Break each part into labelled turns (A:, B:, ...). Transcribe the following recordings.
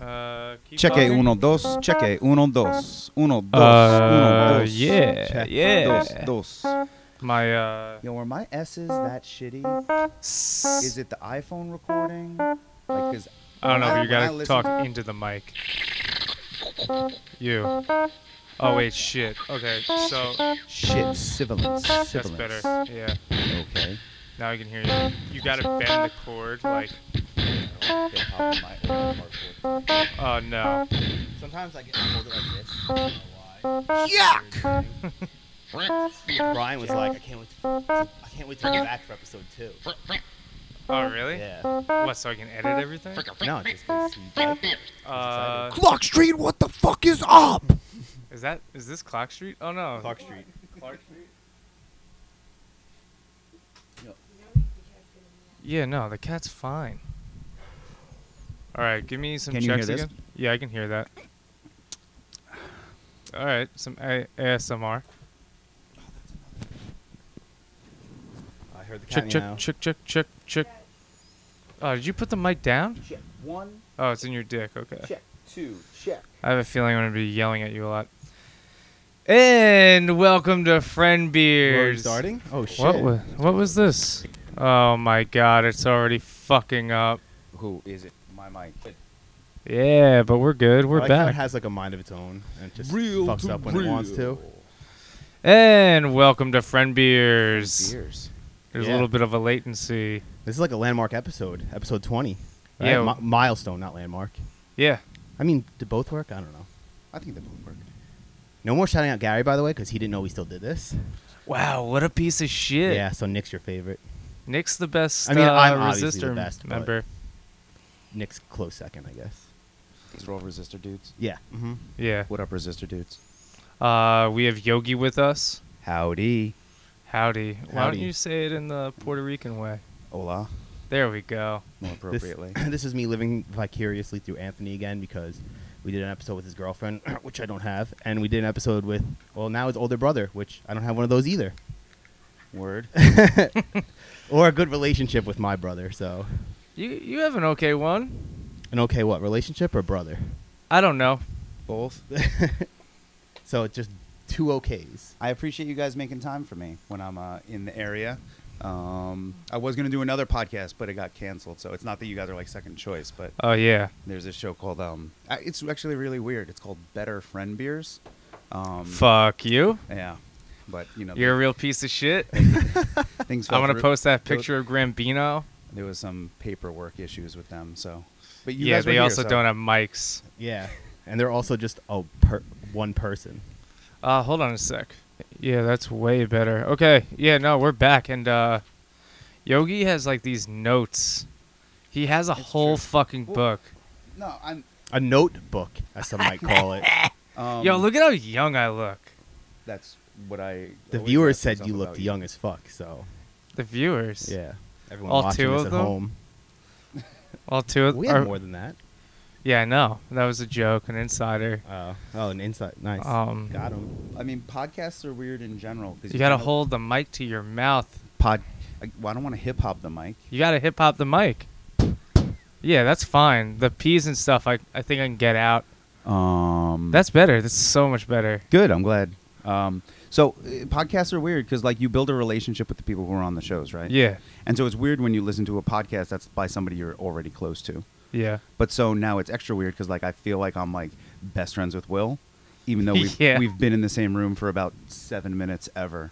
A: Uh, keep
B: Cheque
A: talking.
B: uno dos, cheque uno dos, uno dos, uno
A: Uh,
B: dos.
A: yeah,
B: check,
A: yeah.
B: Dos, dos.
A: My uh,
B: Yo, are my S's that shitty? Is it the iPhone recording? Like, cause
A: I don't know.
B: when
A: You
B: I
A: gotta
B: listen
A: talk
B: to-
A: into the mic. You. Oh wait, shit. Okay, so
B: shit, sibilance,
A: that's
B: sibilance.
A: better. Yeah.
B: Okay.
A: Now I can hear you. You gotta bend the cord, like.
B: Get off of my old hardcore.
A: Oh no.
C: Sometimes I get folded like this. I don't know why. Yuck! Brian was like, I can't wait. To, I can't wait to get back for episode two.
A: Oh really?
C: Yeah.
A: What? So I can edit everything?
C: No, just 'cause he liked it.
A: Uh,
D: Clock Street, what the fuck is up?
A: is that is this Clock Street? Oh no.
C: Clark Street.
A: Yeah, no, the cat's fine. All right, give me some
B: Can you hear
A: checks
B: this?
A: again. Yeah, I can hear that. All right, some A- ASMR.
C: I heard the
A: Check,
C: cat
A: check,
C: meow.
A: check, check, check, check. Oh, did you put the mic down?
D: Check one,
A: Oh, it's in your dick. Okay.
D: check two, check.
A: I have a feeling I'm gonna be yelling at you a lot. And welcome to Friend
C: We're
A: Beers.
C: starting? Oh shit!
A: What was what was this? Oh my god, it's already fucking up.
B: Who is it? My mic.
A: Yeah, but we're good. We're
C: I like how
A: back.
C: It has like a mind of its own and it just fucks up when it wants to.
A: And welcome to Friend Beers.
B: Beers.
A: There's a
C: Yeah.
A: little bit of a latency.
C: This is like a landmark episode, episode twenty. Right?
A: Yeah.
C: Mi- milestone, not landmark.
A: Yeah.
C: I mean, did both work? I don't know.
B: I think they both work.
C: No more shouting out Gary, by the way, because he didn't know we still did this.
A: Wow, what a piece of shit.
C: Yeah, so Nick's your favorite.
A: Nick's the best
C: I mean,
A: uh,
C: I'm obviously the
A: resistor
C: best, but-
A: member.
C: Nick's close second, I guess.
B: These are all resistor dudes.
C: Yeah. Mm-hmm.
A: Yeah.
B: What up, resistor dudes?
A: Uh, we have Yogi with us.
B: Howdy.
A: Howdy. Why don't
C: Howdy.
A: you say it in the Puerto Rican way?
B: Hola.
A: There we go.
B: More
C: This,
B: appropriately.
C: this is me living vicariously through Anthony again because we did an episode with his girlfriend, which I don't have, and we did an episode with well now his older brother, which I don't have one of those either,
B: Word.
C: or a good relationship with my brother. So
A: You you have an okay one.
C: an okay what relationship or brother?
A: I don't know.
B: Both.
C: So it's just two okays.
B: I appreciate you guys making time for me when I'm uh, in the area. Um, I was going to do another podcast, but it got canceled. So it's not that you guys are like second choice, but
A: Oh yeah.
B: there's a show called, um, uh, it's actually really weird. It's called Better Friend Beers. Um,
A: Fuck you.
B: Yeah. But, you know,
A: You're a real piece of shit.
B: things fell
A: I'm gonna
B: through.
A: post that
B: There was-
A: picture of Grambino.
B: There was some paperwork issues with them. So, but you
A: Yeah,
B: guys were
A: they
B: here,
A: also
B: so-
A: don't have mics.
C: Yeah, and they're also just a per- one person.
A: Uh, hold on a sec. Yeah, that's way better. Okay, yeah, no, we're back, and uh, Yogi has like these notes. He has a whole fucking
B: Well,
A: book.
B: No, I'm.
C: A notebook, as some might call it.
B: Um,
A: Yo, look at how young I look.
B: That's what I.
C: The
B: always
C: viewers
B: ask
C: said
B: myself
C: you
B: about
C: looked young as fuck, so
A: The viewers.
C: yeah. Everyone
A: All
C: watching
A: two
C: this
A: of
C: at
A: them?
C: home.
A: All two of
C: We
A: are-
C: have more than that.
A: Yeah, I know. That was a joke, an insider.
C: Oh, oh, an insight. Nice.
A: Um,
C: Got him.
B: I mean, podcasts are weird in general. 'cause
A: You gotta
B: kinda-
A: hold the mic to your mouth.
B: pod. I, well, I don't want to hip hop the mic.
A: You gotta hip hop the mic. Yeah, that's fine. The peas and stuff, I, I think I can get out.
C: Hmm.
B: Um,
A: That's better. That's so much better.
B: good. I'm glad. Um, so uh, podcasts are weird because like you build a relationship with the people who are on the shows, right?
A: Yeah,
B: And so it's weird when you listen to a podcast that's by somebody you're already close to.
A: yeah.
B: But so now it's extra weird because like I feel like I'm like best friends with Will, even though we've
A: Yeah.
B: we've been in the same room for about seven minutes ever.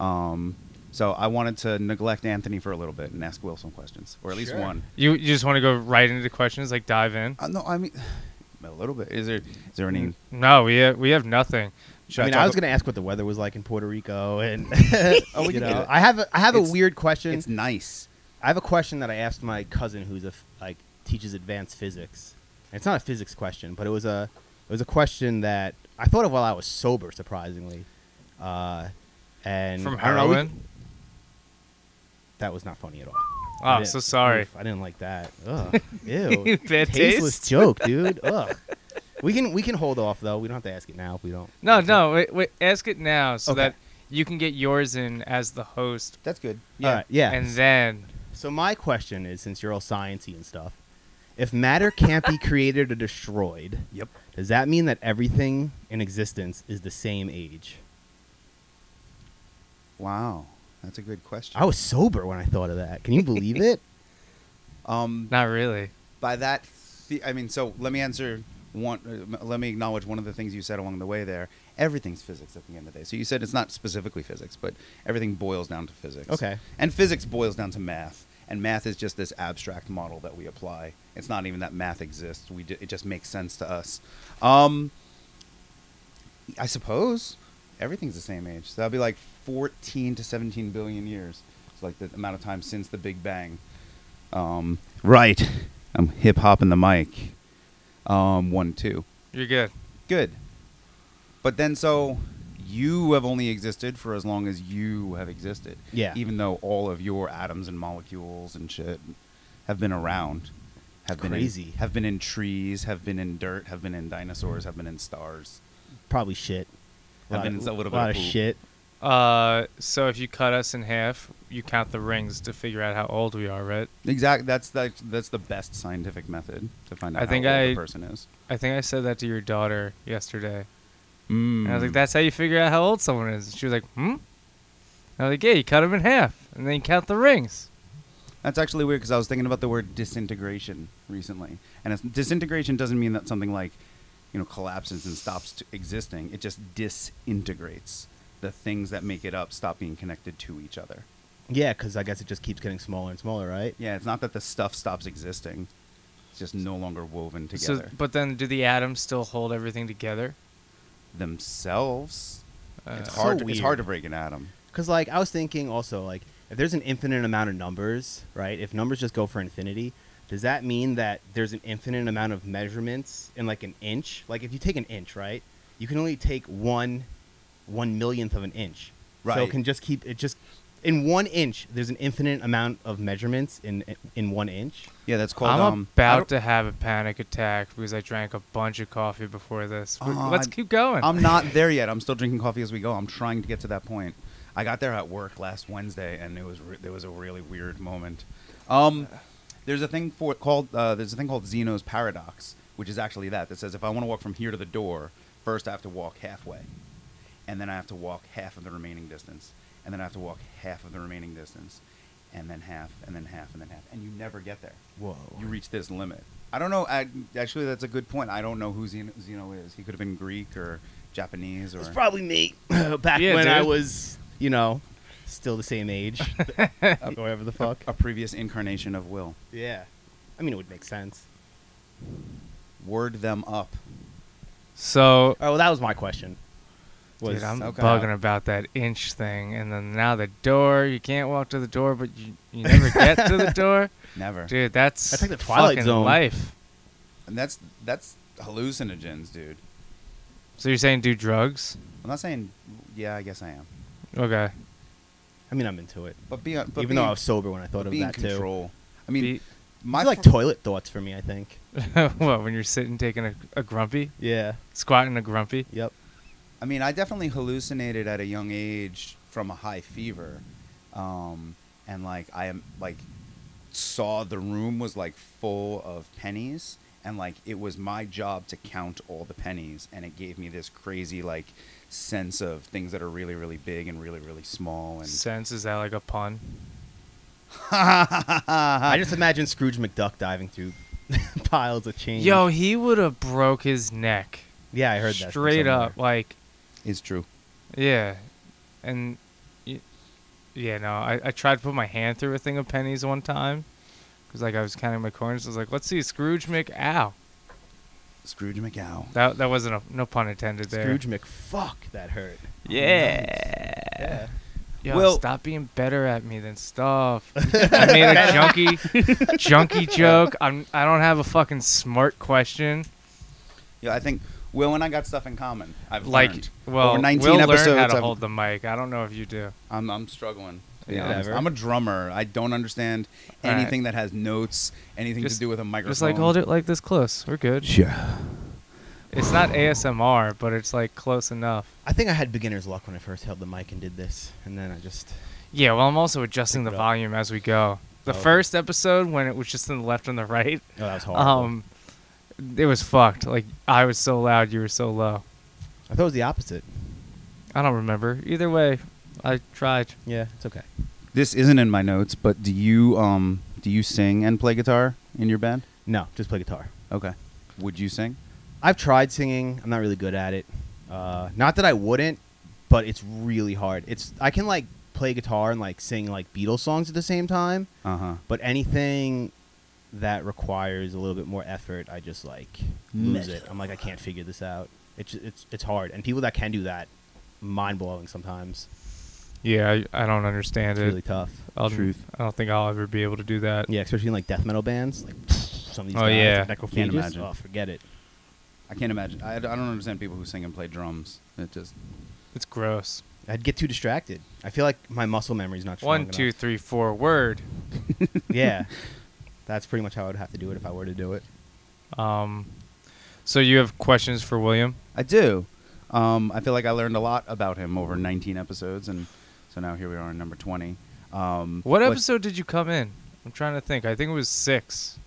B: Um, so I wanted to neglect Anthony for a little bit and ask Will some questions, or at least
C: Sure.
B: one.
A: You, you just want to go right into questions, like dive in?
B: Uh, no, I mean a little bit. Is there is there any?
A: No, we have, we have nothing.
C: I
B: Should
C: mean,
B: talk
C: Mm. I was
B: ab-
C: gonna ask what the weather was like in Puerto Rico, and
B: Oh, we
C: you
B: can do
C: know,
B: that.
C: I have a, I have
B: It's-
C: a weird question.
B: It's nice.
C: I have a question that I asked my cousin, who's a f- like teaches advanced physics. And it's not a physics question, but it was a it was a question that I thought of while I was sober, surprisingly. Uh, and
A: From
C: I don't know, we-
A: heroin?
C: that was not funny at all. I
A: Oh,
C: didn't-
A: so sorry.
C: oof, I didn't like that. Ugh, ew.
A: Bad
C: Tasteless
A: taste?
C: joke, dude. Ugh. we can we can hold off though. We don't have to ask it now if we don't.
A: No,
C: want to.
A: no. Wait, wait, ask it now so
B: Okay.
A: that you can get yours in as the host,
B: That's good.
C: All right, yeah.
A: and then
C: So my question is, since you're all sciencey and stuff, if matter can't be created or destroyed,
B: Yep.
C: does that mean that everything in existence is the same age?
B: Wow. That's a good question.
C: I was sober when I thought of that. Can you believe it?
B: Um,
A: not really.
B: by that, the- I mean, so let me answer one. uh, m- Let me acknowledge one of the things you said along the way there. Everything's physics at the end of the day. So you said it's not specifically physics, but everything boils down to physics.
C: Okay.
B: And physics boils down to math. And math is just this abstract model that we apply. It's not even that math exists. We ju- it just makes sense to us. Um, I suppose everything's the same age. So that'd be like 14 to 17 billion years. It's like the amount of time since the Big Bang. Um, right. I'm hip hopping the mic. Um, one, two.
A: You're good.
B: Good. But then so you have only existed for as long as you have existed.
C: Yeah.
B: Even though all of your atoms and molecules and shit have been around. Have been in-
C: Crazy.
B: have been in trees, have been in dirt, have been in dinosaurs, have been in stars.
C: Probably shit. A
B: I've
C: lot
B: been
C: of,
B: a little bit
C: lot
B: of
C: of
B: poop.
C: shit.
A: Uh, so if you cut us in half, you count the rings to figure out how old we are, right?
B: Exactly. That's the, that's the best scientific method to find out
A: I think
B: how old
A: I-
B: the person is.
A: I think I said that to your daughter yesterday.
B: Mm.
A: And I was like, that's how you figure out how old someone is. And she was like, hmm? I was like, yeah, you cut them in half, and then you count the rings.
B: That's actually weird because I was thinking about the word disintegration recently, and it's, disintegration doesn't mean that something like, you know, collapses and stops t- existing. It just disintegrates. The things that make it up stop being connected to each other.
C: Yeah, because I guess it just keeps getting smaller and smaller, right?
B: Yeah, it's not that the stuff stops existing; it's just no longer woven
A: So,
B: together
A: but then do the atoms still hold everything together?
B: themselves. it's
A: Uh,
C: so
B: hard. it's
C: weird.
B: hard to break an atom.
C: Because like I was thinking also like if there's an infinite amount of numbers, right? If numbers just go for infinity, does that mean that there's an infinite amount of measurements in like an inch? Like if you take an inch, right? You can only take one one millionth of an inch. So
B: Right.
C: it can just keep it just in one inch. There's an infinite amount of measurements in in one inch.
B: Yeah, that's called.
A: I'm
B: um, I
A: about
B: don't-
A: to have a panic attack because I drank a bunch of coffee before this. We-
B: Aw,
A: Let's
B: I-
A: keep going.
B: I'm not there yet. I'm still drinking coffee as we go. I'm trying to get to that point. I got there at work last Wednesday, and it was re- there was a really weird moment. Um, there's a thing for called uh, there's a thing called Zeno's paradox, which is actually that that says if I want to walk from here to the door, first I have to walk halfway, and then I have to walk half of the remaining distance, and then I have to walk half of the remaining distance, and then half, and then half, and then half, and you never get there
C: Whoa.
B: you reach this limit. I don't know. I, actually, that's a good point. I don't know who Zeno, Zeno is. He could have been Greek or Japanese or.
C: It's probably me back
A: Yeah,
C: when I
A: dude.
C: was, you know, still the same age, or whatever the fuck.
B: A previous incarnation of Will.
C: Yeah. I mean, it would make sense.
B: Word them up.
A: so,
C: Oh, well, that was my question. Was
A: dude, I'm
B: okay.
A: bugging about that inch thing, and then now the door. You can't walk to the door, but you, you never get to the door,
B: Never.
A: dude. That's
C: That's like the Twilight
A: fucking
C: Zone.
A: life.
B: And that's that's hallucinogens, dude.
A: So you're saying do drugs?
B: I'm not saying. Yeah, I guess I am.
A: Okay.
C: I mean, I'm into it.
B: But be but
C: Even
B: being,
C: though I was sober when I thought
B: but
C: of
B: being
C: that too.
B: control. I mean,
A: Be-
B: my
C: These are like
B: fr-
C: toilet thoughts for me, I think.
A: what when you're sitting taking a, a grumpy,
C: Yeah.
A: squatting a grumpy?
C: Yep.
B: I mean, I definitely hallucinated at a young age from a high fever, um, and like I am like saw the room was like full of pennies, and like it was my job to count all the pennies, and it gave me this crazy like sense of things that are really really big and really really small and
A: Sense is that like a pun?
C: I just imagine Scrooge McDuck diving through piles of change.
A: Yo, he would have broke his neck
C: Yeah, I heard that. from
A: straight
C: somewhere.
A: up. Like,
B: is true.
A: yeah, and y- yeah, no, I, I tried to put my hand through a thing of pennies one time because like I was counting my coins. I was like, let's see, Scrooge Mc, ow,
B: Scrooge McGow.
A: that that wasn't a no pun intended there.
C: Scrooge McFuck, that hurt.
A: yeah.
C: Yeah.
A: Yo,
B: Well-
A: stop being better at me than stuff. I made a junky, junkie joke. I'm. I don't have a fucking smart question.
B: Yeah, I think Will and I got stuff in common. I've
A: Like,
B: learned.
A: well,
B: Over
A: we'll learn how
B: episodes,
A: to
B: I've-
A: hold the mic. I don't know if you do.
B: I'm I'm struggling. to be
A: Yeah.
B: honest.
C: Whatever.
B: I'm a drummer. I don't understand
A: All right.
B: anything that has notes, anything
A: Just-
B: to do with a microphone.
A: Just like hold it like this close. We're good.
B: Sure.
A: It's not ASMR, but it's like close enough.
C: I think I had beginner's luck when I first held the mic and did this, and then I just
A: Yeah, well, I'm also adjusting the
C: it up. Oh.
A: volume as we go. The
C: Okay.
A: first episode, when it was just in the left and the right,
C: oh that was hard.
A: um, it was fucked. Like I was so loud, you were so low.
C: I thought it was the opposite.
A: I don't remember. Either way, I tried.
C: Yeah, it's okay.
B: This isn't in my notes, but do you um do you sing and play guitar in your band?
C: No, just play guitar.
B: Okay. Would you sing?
C: I've tried singing. I'm not really good at it. Uh, not that I wouldn't, but it's really hard. It's I can like play guitar and like sing like Beatles songs at the same time,
B: Uh huh.
C: but anything that requires a little bit more effort, I just like lose it. I'm like I can't figure this out. It's it's it's hard. And people that can do that, mind blowing sometimes.
A: Yeah, I, I don't understand
C: It's
A: it.
C: really tough.
A: I'll,
B: Truth.
A: I don't think I'll ever be able to do that.
C: Yeah, especially in like death metal bands, like some of these
A: Oh,
C: guys,
A: yeah.
C: like, necrophages.
B: Can't imagine.
C: Oh, forget it.
B: I can't imagine. I, I don't understand people who sing and play drums. It just
A: It's gross.
C: I'd get too distracted. I feel like my muscle memory's not strong
A: One, two,
C: enough.
A: three, four. Word.
C: yeah. That's pretty much how I would have to do it if I were to do it.
A: Um, so you have questions for William?
B: I do. Um, I feel like I learned a lot about him over 19 episodes, and so now here we are in number 20. Um,
A: What
B: but,
A: episode did you come in? I'm trying to think. I think it was six.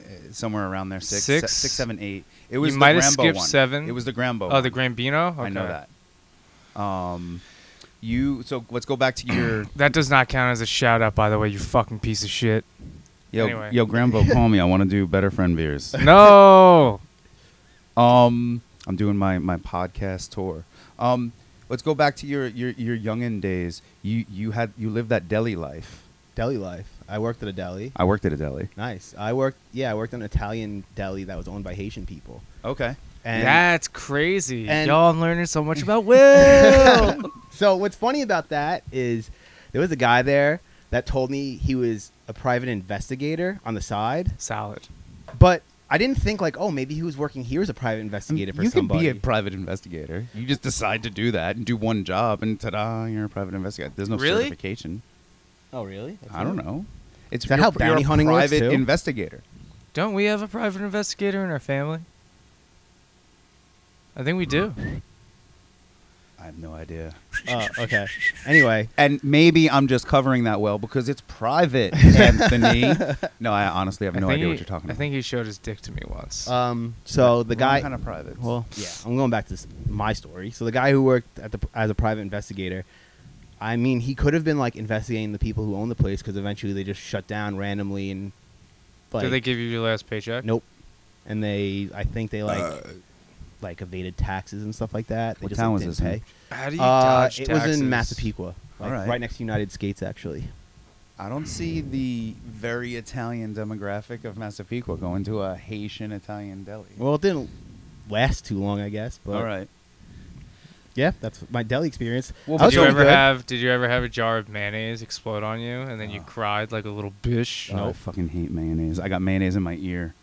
B: uh, Somewhere around there, six, se-
A: Six?
B: six, seven, eight. It was the
A: might have
B: Grambo
A: skipped
B: one.
A: seven.
B: It was the Grambo.
A: Oh, the
B: one.
A: Grambino.
B: I know
A: Okay.
B: that. Um, you. So let's go back to your
A: That does not count as a shout out, by the way. You fucking piece of shit.
B: yo
A: Anyway.
B: yo Grambo. Call me. I want to do better friend beers.
A: No.
B: Um, I'm doing my my podcast tour. Um, let's go back to your your your youngin days. You you had you lived that deli life.
C: Deli life. I worked at a deli.
B: I worked at a deli.
C: Nice. I worked, yeah, I worked at an Italian deli that was owned by Haitian people.
B: Okay.
C: And
A: That's crazy.
C: and-
A: Y'all, I'm learning so much about Will.
C: so what's funny about that is there was a guy there that told me he was a private investigator on the side,
A: Solid.
C: but I didn't think like, oh, maybe he was working here as a private investigator for
B: you
C: somebody.
B: can be a private investigator. You just decide to do that and do one job, and ta-da, you're a private investigator. There's no
A: Really?
B: certification.
C: oh, really? That's
B: I don't
C: it?
B: know. It's
C: Is that
B: you're-
C: how
B: you're
C: bounty
B: a
C: hunting works,
B: private
C: too?
B: investigator.
A: Don't we have a private investigator in our family? I think we do.
B: I have no idea.
C: Oh, okay. Anyway,
B: And maybe I'm just covering that well because it's private, Anthony. no, I honestly have
A: I
B: no
A: think
B: idea
A: he-
B: what you're talking about.
A: I think he showed his dick to me once.
C: um, so the guy
B: kind of private.
C: Well, yeah, I'm going back to s- my story. So the guy who worked at the as a private investigator, I mean, he could have been like investigating the people who own the place because eventually they just shut down randomly and like
A: Did they give you your last paycheck?
C: nope, and they I think they like like evaded taxes and stuff like that. They
B: What
C: just,
B: town
C: like,
B: was
C: didn't
B: this in?
C: Pay.
A: How do you
C: Uh,
A: dodge
C: it
A: taxes?
C: was in Massapequa, like,
B: All right.
C: right. next to United Skates, actually.
B: I don't see the very Italian demographic of Massapequa going to a Haitian Italian deli.
C: Well, it didn't last too long, I guess. But
B: all right.
C: yeah, that's my deli experience.
B: Well,
C: I
A: Did
C: was
A: you
C: doing
A: ever
C: good.
A: have? Did you ever have a jar of mayonnaise explode on you, and then you
B: Oh.
A: cried like a little bitch?
B: I fucking hate mayonnaise. I got mayonnaise in my ear.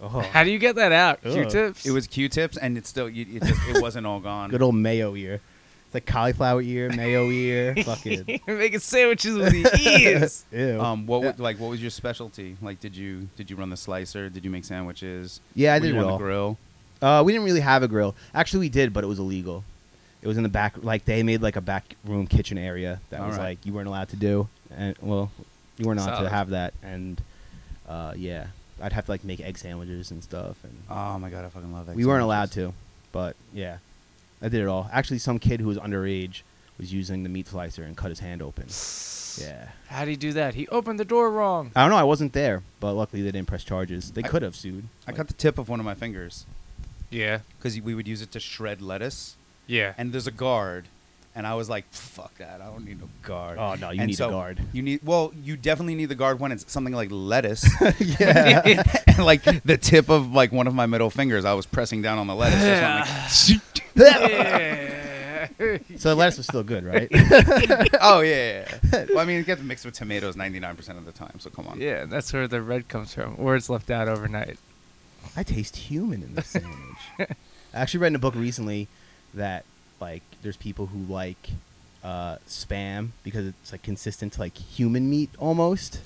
C: Oh,
A: How do you get that out?
C: Ugh.
A: Q-tips.
B: It was Q-tips, and it's still you, it just it wasn't all gone.
C: good old mayo ear? It's like cauliflower ear, mayo ear, fucking.
A: You're making sandwiches with the ears.
C: Ew.
B: um, what would, like what was your specialty? Like, did you did you run the slicer? Did you make sandwiches?
C: yeah, I
B: Were
C: did
B: you
C: it
B: on the
C: all.
B: grill.
C: Uh, we didn't really have a grill. Actually, we did, but it was illegal. It was in the back, like they made like a back room kitchen area that
B: All
C: was
B: right.
C: like you weren't allowed to do, and well, you weren't allowed
A: Solid.
C: to have that. And uh, yeah, I'd have to like make egg sandwiches and stuff, and
B: Oh my god, I fucking love that.
C: we weren't allowed to. But yeah, I did it all. Actually, some kid who was underage was using the meat slicer and cut his hand open. Yeah,
A: How do you do that? He opened the door wrong.
C: I don't know. I wasn't there, but luckily they didn't press charges. They
B: I-
C: could have sued.
B: I
C: Like,
B: cut the tip of one of my fingers
A: Yeah.
B: because we would use it to shred lettuce.
A: Yeah.
B: and there's a guard and i was like fuck that i don't need no guard
C: Oh, no, you
B: And
C: need a guard.
B: you need well you definitely need the guard when it's something like lettuce
C: yeah.
B: and like the tip of like one of my middle fingers i was pressing down on the lettuce or something.
A: yeah.
C: So the lettuce was still good, right?
B: oh yeah, yeah, yeah. well i mean it gets mixed with tomatoes 99% of the time so come on
A: yeah. That's where the red comes from, or it's left out overnight.
C: I taste human in this sandwich. I actually read in a book recently that like there's people who like uh, spam because it's like consistent to like human meat almost.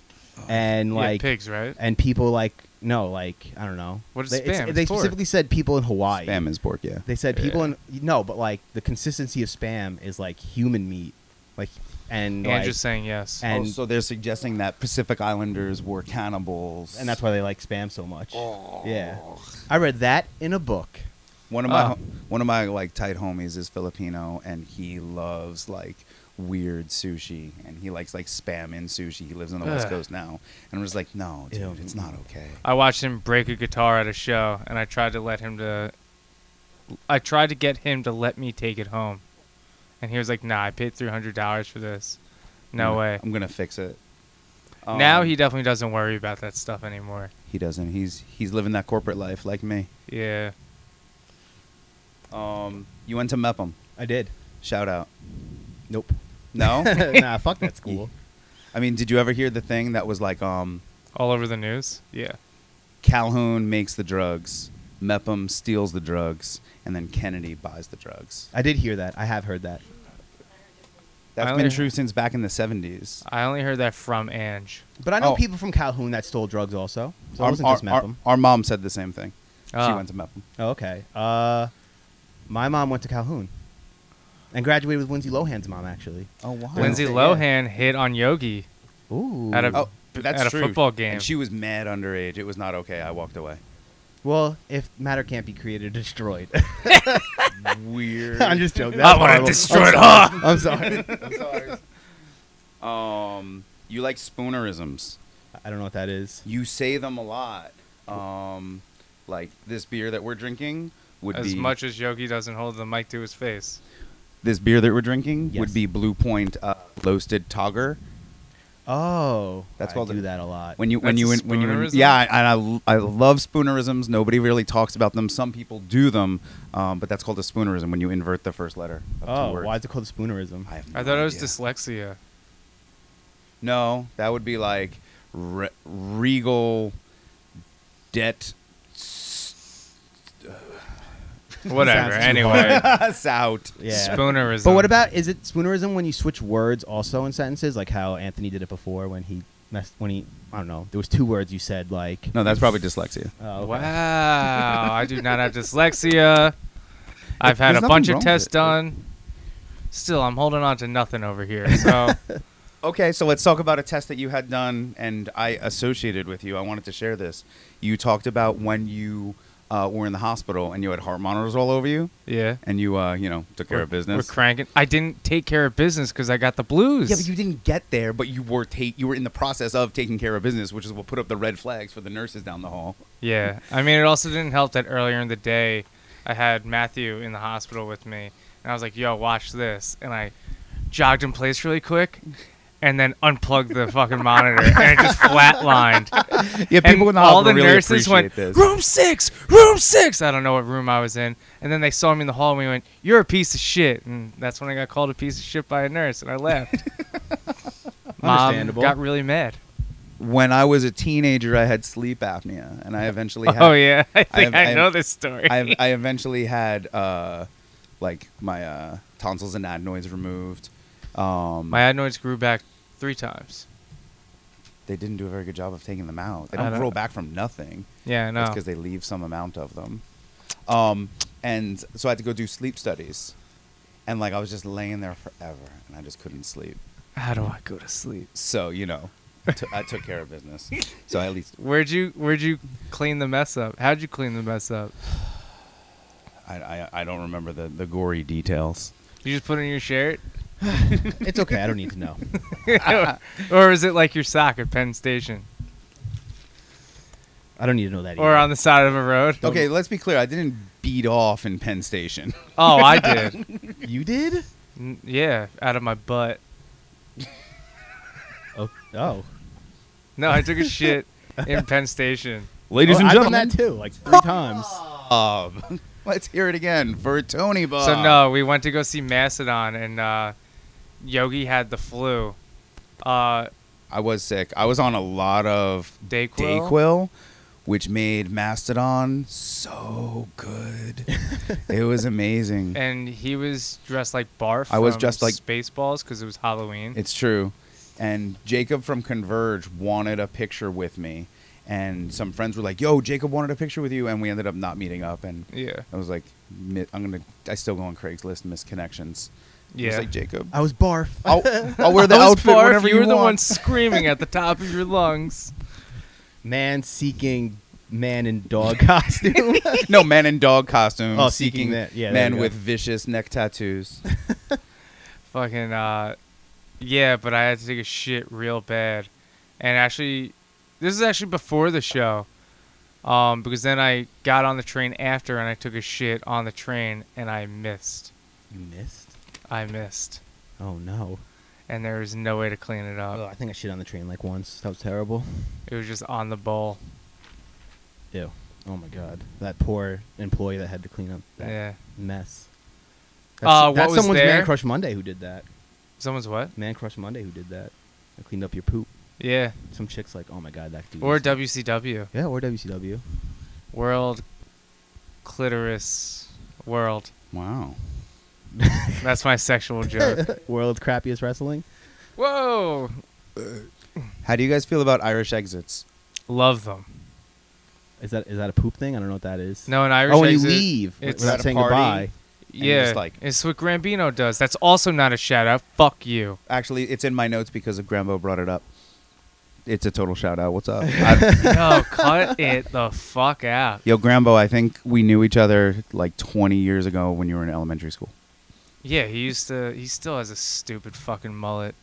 C: and
A: Yeah,
C: like
A: pigs, right?
C: and people like no, like I don't know.
A: What is
C: they, it's-
A: spam? It's
C: They
A: pork.
C: specifically said people in Hawaii.
B: Spam is pork, yeah.
C: They said people in no, but like the consistency of spam is like human meat, like and like,
A: Andrew's saying yes.
C: and
B: oh, so they're suggesting that Pacific Islanders were cannibals,
C: and that's why they like spam so much. Yeah, I read that in a book.
B: one of my
A: Oh.
B: one of my like tight homies is Filipino, and he loves like weird sushi, and he likes like spam in sushi. He lives on the West
A: Ugh.
B: Coast now, and I'm just like, no, dude,
C: Ew.
B: it's not okay.
A: I watched him break a guitar at a show, and I tried to let him to. I tried to get him to let me take it home, and he was like, "Nah, I paid three hundred dollars for this. No
B: I'm
C: Mm.
B: gonna-
A: way."
B: I'm gonna fix it.
A: now
B: Um,
A: he definitely doesn't worry about that stuff anymore.
B: he doesn't. He's he's living that corporate life like me.
A: Yeah.
B: Um, you went to Mepham.
C: I did.
B: Shout out.
C: Nope.
B: No,
C: nah, fuck that school.
B: I mean, did you ever hear the thing that was like, um,
A: All over the news. Yeah.
B: Calhoun makes the drugs, Mepham steals the drugs, and then Kennedy buys the drugs.
C: I did hear that. I have heard that.
B: That's
A: I
B: been
A: only-
B: true since back in the '70s.
A: I only heard that from Ange.
C: But I know
B: Oh.
C: people from Calhoun that stole drugs also. So it
B: our,
C: wasn't
B: our-
C: just
B: our-
C: Mepham.
B: our mom said the same thing. She
A: Ah.
B: went to Mepham.
C: oh, okay. Uh, my mom went to Calhoun, and graduated with Lindsay Lohan's mom actually.
B: Oh, wow.
A: Lindsay
C: Yeah.
A: Lohan hit on Yogi.
C: Ooh.
A: Out of-
B: Oh, that's
A: At a
B: true.
A: football game.
B: And she was mad underage. It was not okay. I walked away.
C: well, if matter can't be created, or destroyed.
B: Weird.
C: I'm just joking.
A: I
C: That's
A: want to
C: horrible.
A: destroy it all.
C: I'm sorry.
B: um, you like spoonerisms.
C: I don't know what that is.
B: You say them a lot. Um, like this beer that we're drinking would
A: As
B: be
A: much as Yogi doesn't hold the mic to his face.
B: this beer that we're drinking
C: Yes.
B: would be Blue Point uh, Roasted Togger.
C: Oh,
B: That's
C: I
B: called
C: do
B: a-
C: that a lot.
B: When you when
A: That's
B: you
A: a
B: when you
A: spoonerism?
B: yeah, I- and I, I love spoonerisms. Nobody really talks about them. Some people do them, um, but that's called a spoonerism when you invert the first letter. Of two
C: oh,
B: words.
C: why is it called spoonerism?
B: I, have
A: I
B: no
A: thought it was
B: idea.
A: dyslexia.
B: No, that would be like re- regal debt. s-
A: Whatever.
C: Sounds too
A: anyway.
B: Sout.
C: Yeah.
A: Spoonerism.
C: But what about is it spoonerism when you switch words also in sentences, like how Anthony did it before when he messed when he I don't know there was two words you said like
B: No, that's probably dyslexia.
C: oh, okay.
A: Wow, I do not have dyslexia. I've had
B: There's
A: a bunch
B: nothing
A: of
B: wrong
A: tests
B: with it, but-
A: done. Still, I'm holding on to nothing over here. So,
B: Okay, so let's talk about a test that you had done and I associated with you. I wanted to share this. You talked about when you uh, were in the hospital and you had heart monitors all over you
A: yeah.
B: and you, uh, you know, took care
A: we're,
B: of business.
A: We're cranking. I didn't take care of business because I got the blues.
B: Yeah, but you didn't get there, but you were ta- you were in the process of taking care of business, which is what put up the red flags for the nurses down the hall.
A: Yeah. I mean, it also didn't help that earlier in the day, I had Matthew in the hospital with me, and I was like, "Yo, watch this," and I jogged in place really quick, and then unplugged the fucking monitor, and it just flatlined.
B: Yeah,
A: and all the nurses went room six, room six. I don't know what room I was in, and then they saw me in the hall and we went, "You're a piece of shit," and that's when I got called a piece of shit by a nurse, and I left. Mom
C: Understandable.
A: got really mad.
B: When I was a teenager, I had sleep apnea, and I eventually had,
A: Oh yeah, I
B: I
A: think
B: have-
A: I,
B: I
A: know
B: have-
A: this story.
B: I, I eventually had uh, like my uh, tonsils and adenoids removed. Um,
A: My adenoids grew back three times.
B: they didn't do a very good job of taking them out. They
A: I
B: don't
A: don't-
B: grow back from nothing.
A: Yeah, I know.
B: because they leave some amount of them. Um, and so I had to go do sleep studies, and like I was just laying there forever, and I just couldn't sleep.
A: How do I go to sleep?
B: So you know, t- I took care of business. So I at least
A: Where'd you Where'd you clean the mess up? How'd you clean the mess up?
B: I, I, I don't remember the, the gory details.
A: You just put it in your shirt,
C: it's okay I don't need to know
A: or is it like your sock at Penn Station,
C: I don't need to know that
A: or
C: either.
A: on the side of a road?
B: Okay, let's be clear. I didn't beat off in Penn Station.
A: Oh, I did.
B: um,
C: you did
A: N- yeah, out of my butt.
C: oh, oh.
A: No, I took a shit in Penn Station.
B: Ladies
C: Oh,
B: and
C: I've done
B: gentlemen,
C: that too like three times
B: Bob. Um, let's hear it again for Tony Bob.
A: Oh. So no, we went to go see Mastodon, and uh, Yogi had the flu. Uh,
B: I was sick. I was on a lot of
A: Dayquil.
B: Dayquil, which made Mastodon so good. it was amazing.
A: And he was dressed like Barf.
B: I was
A: from
B: dressed like-
A: Spaceballs because it was Halloween.
B: It's true. and Jacob from Converge wanted a picture with me, and some friends were like, "Yo, Jacob wanted a picture with you," and we ended up not meeting up, and
A: Yeah.
B: I was like, mi- "I'm gonna," I still go on Craigslist, miss connections. I was
A: Yeah.
B: like Jacob.
C: I was barf.
B: I'll, I'll wear the
A: I was
B: outfit
A: barf,
B: whenever
A: you were the
B: want.
A: one screaming at the top of your lungs.
C: man seeking man in dog costume.
B: no, man in dog costume.
C: Oh, seeking that. Yeah, there you
B: man
C: go.
B: with vicious neck tattoos.
A: Fucking uh, yeah. But I had to take a shit real bad, and actually, this is actually before the show, um, because then I got on the train after and I took a shit on the train and I missed.
C: you missed.
A: I missed,
C: Oh no.
A: and there was no way to clean it up.
C: Oh, I think I shit on the train like once. That was terrible.
A: It was just on the bowl.
C: Ew. Oh my god. That poor employee that had to clean up that
A: Yeah.
C: mess. That's,
A: Uh, what
C: that's
A: was
C: someone's
A: there?
C: Man Crush Monday who did that.
A: Someone's what?
C: Man Crush Monday who did that. I cleaned up your poop.
A: Yeah.
C: Some chicks like, oh my god, that dude.
A: Or
C: is-
A: WCW.
C: yeah, or WCW.
A: World Clitoris World.
B: Wow.
A: That's my sexual joke.
C: World's crappiest wrestling.
A: Whoa.
B: How do you guys feel about Irish exits?
A: Love them.
C: Is that is that a poop thing? I don't know what that is.
A: No, an Irish
C: oh, when you
A: exit-
C: leave wi-
A: it's-
B: At
C: without
B: a
C: saying
B: party?
C: goodbye.
B: you're
A: Yeah.
B: just like-
A: it's what Grambino does. That's also not a shout out. Fuck you.
B: Actually, it's in my notes because of Grambo brought it up. It's a total shout out. What's up? I-
A: No, cut it the fuck out.
B: yo, Grambo, I think we knew each other like 20 years ago when you were in elementary school.
A: Yeah, he used to. He still has a stupid fucking mullet.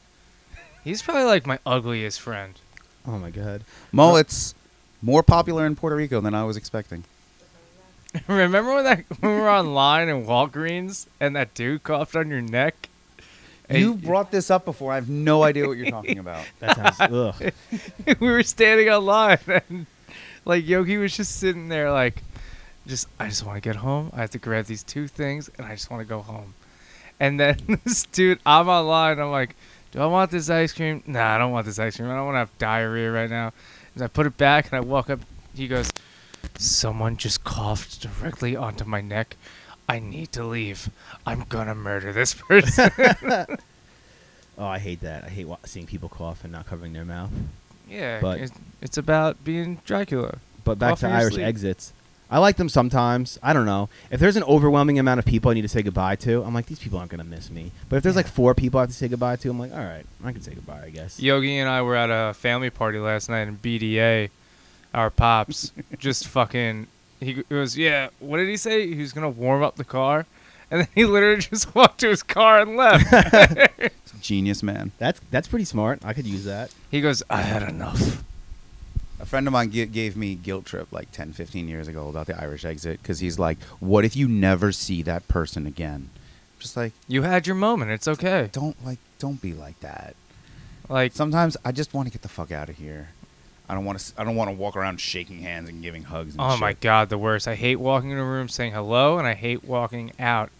A: He's probably like my ugliest friend.
C: Oh my god.
B: Mullets more popular in Puerto Rico than I was expecting.
A: Remember when that when we were online in Walgreens and that dude coughed on your neck? Hey,
B: you brought this up before. I have no idea what you're talking about.
C: That sounds ugh.
A: we were standing online and like Yogi was just sitting there like just I just want to get home. I have to grab these two things and I just want to go home. And then this dude, I'm online. I'm like, do I want this ice cream? Nah, I don't want this ice cream. I don't want to have diarrhea right now. And I put it back and I walk up. He goes, someone just coughed directly onto my neck. I need to leave. I'm gonna murder this person.
C: Oh, I hate that. I hate wa- seeing people cough and not covering their mouth.
A: yeah,
C: But-
A: it's, it's about being Dracula.
C: But back
A: Cough
C: to
A: in your
C: Irish
A: sleep.
C: exits. I like them sometimes. I don't know. If there's an overwhelming amount of people I need to say goodbye to, I'm like, these people aren't going to miss me. But if there's like four people I have to say goodbye to, I'm like, all right, I can say goodbye, I guess.
A: Yogi and I were at a family party last night in BDA. Our pops just fucking. He goes, yeah. What did he say? He was gonna warm up the car, and then he literally just walked to his car and left.
B: Genius man.
C: That's that's pretty smart. I could use that.
A: he goes, I had enough.
B: A friend of mine g- gave me guilt trip like 10, 15 years ago about the Irish exit because he's like, "What if you never see that person again?" Just like,
A: You had your moment. It's okay.
B: don't like, don't be like that.
A: Like,
B: Sometimes I just want to get the fuck out of here. I don't want to. I don't want to walk around shaking hands and giving hugs. And
A: oh my
B: shit.
A: god, the worst. I hate walking in a room saying hello, and I hate walking out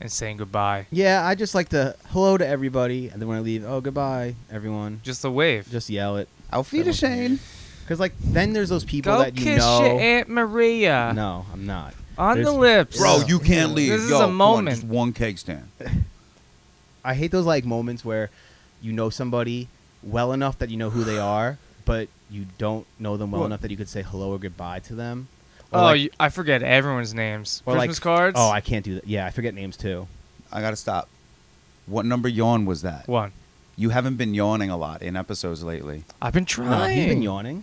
A: and saying goodbye.
C: Yeah, I just like to hello to everybody. And then when I leave, oh, goodbye, everyone.
A: Just the wave.
C: Just yell it.
B: Auf Wiedersehen.
C: Because like then there's those people
A: Go
C: that you
A: kiss
C: know.
A: your Aunt Maria
C: No, I'm not.
A: on the
C: There's-
A: lips,
B: Bro, you can't leave.
A: This is
B: Yo,
A: a
B: come on,
A: moment.
B: just one cake stand.
C: I hate those like moments where you know somebody well enough that you know who they are, but you don't know them well
B: What?
C: enough that you could say hello or goodbye to them. Or,
A: Oh,
C: like-
A: you, I forget everyone's names.
C: or, like,
A: Christmas cards.
C: Oh, I can't do that. Yeah, I forget names too.
B: I gotta stop. What number yawn was that?
A: One.
B: You haven't been yawning a lot in episodes lately.
A: I've been
C: No,
A: trying.
C: he's been yawning.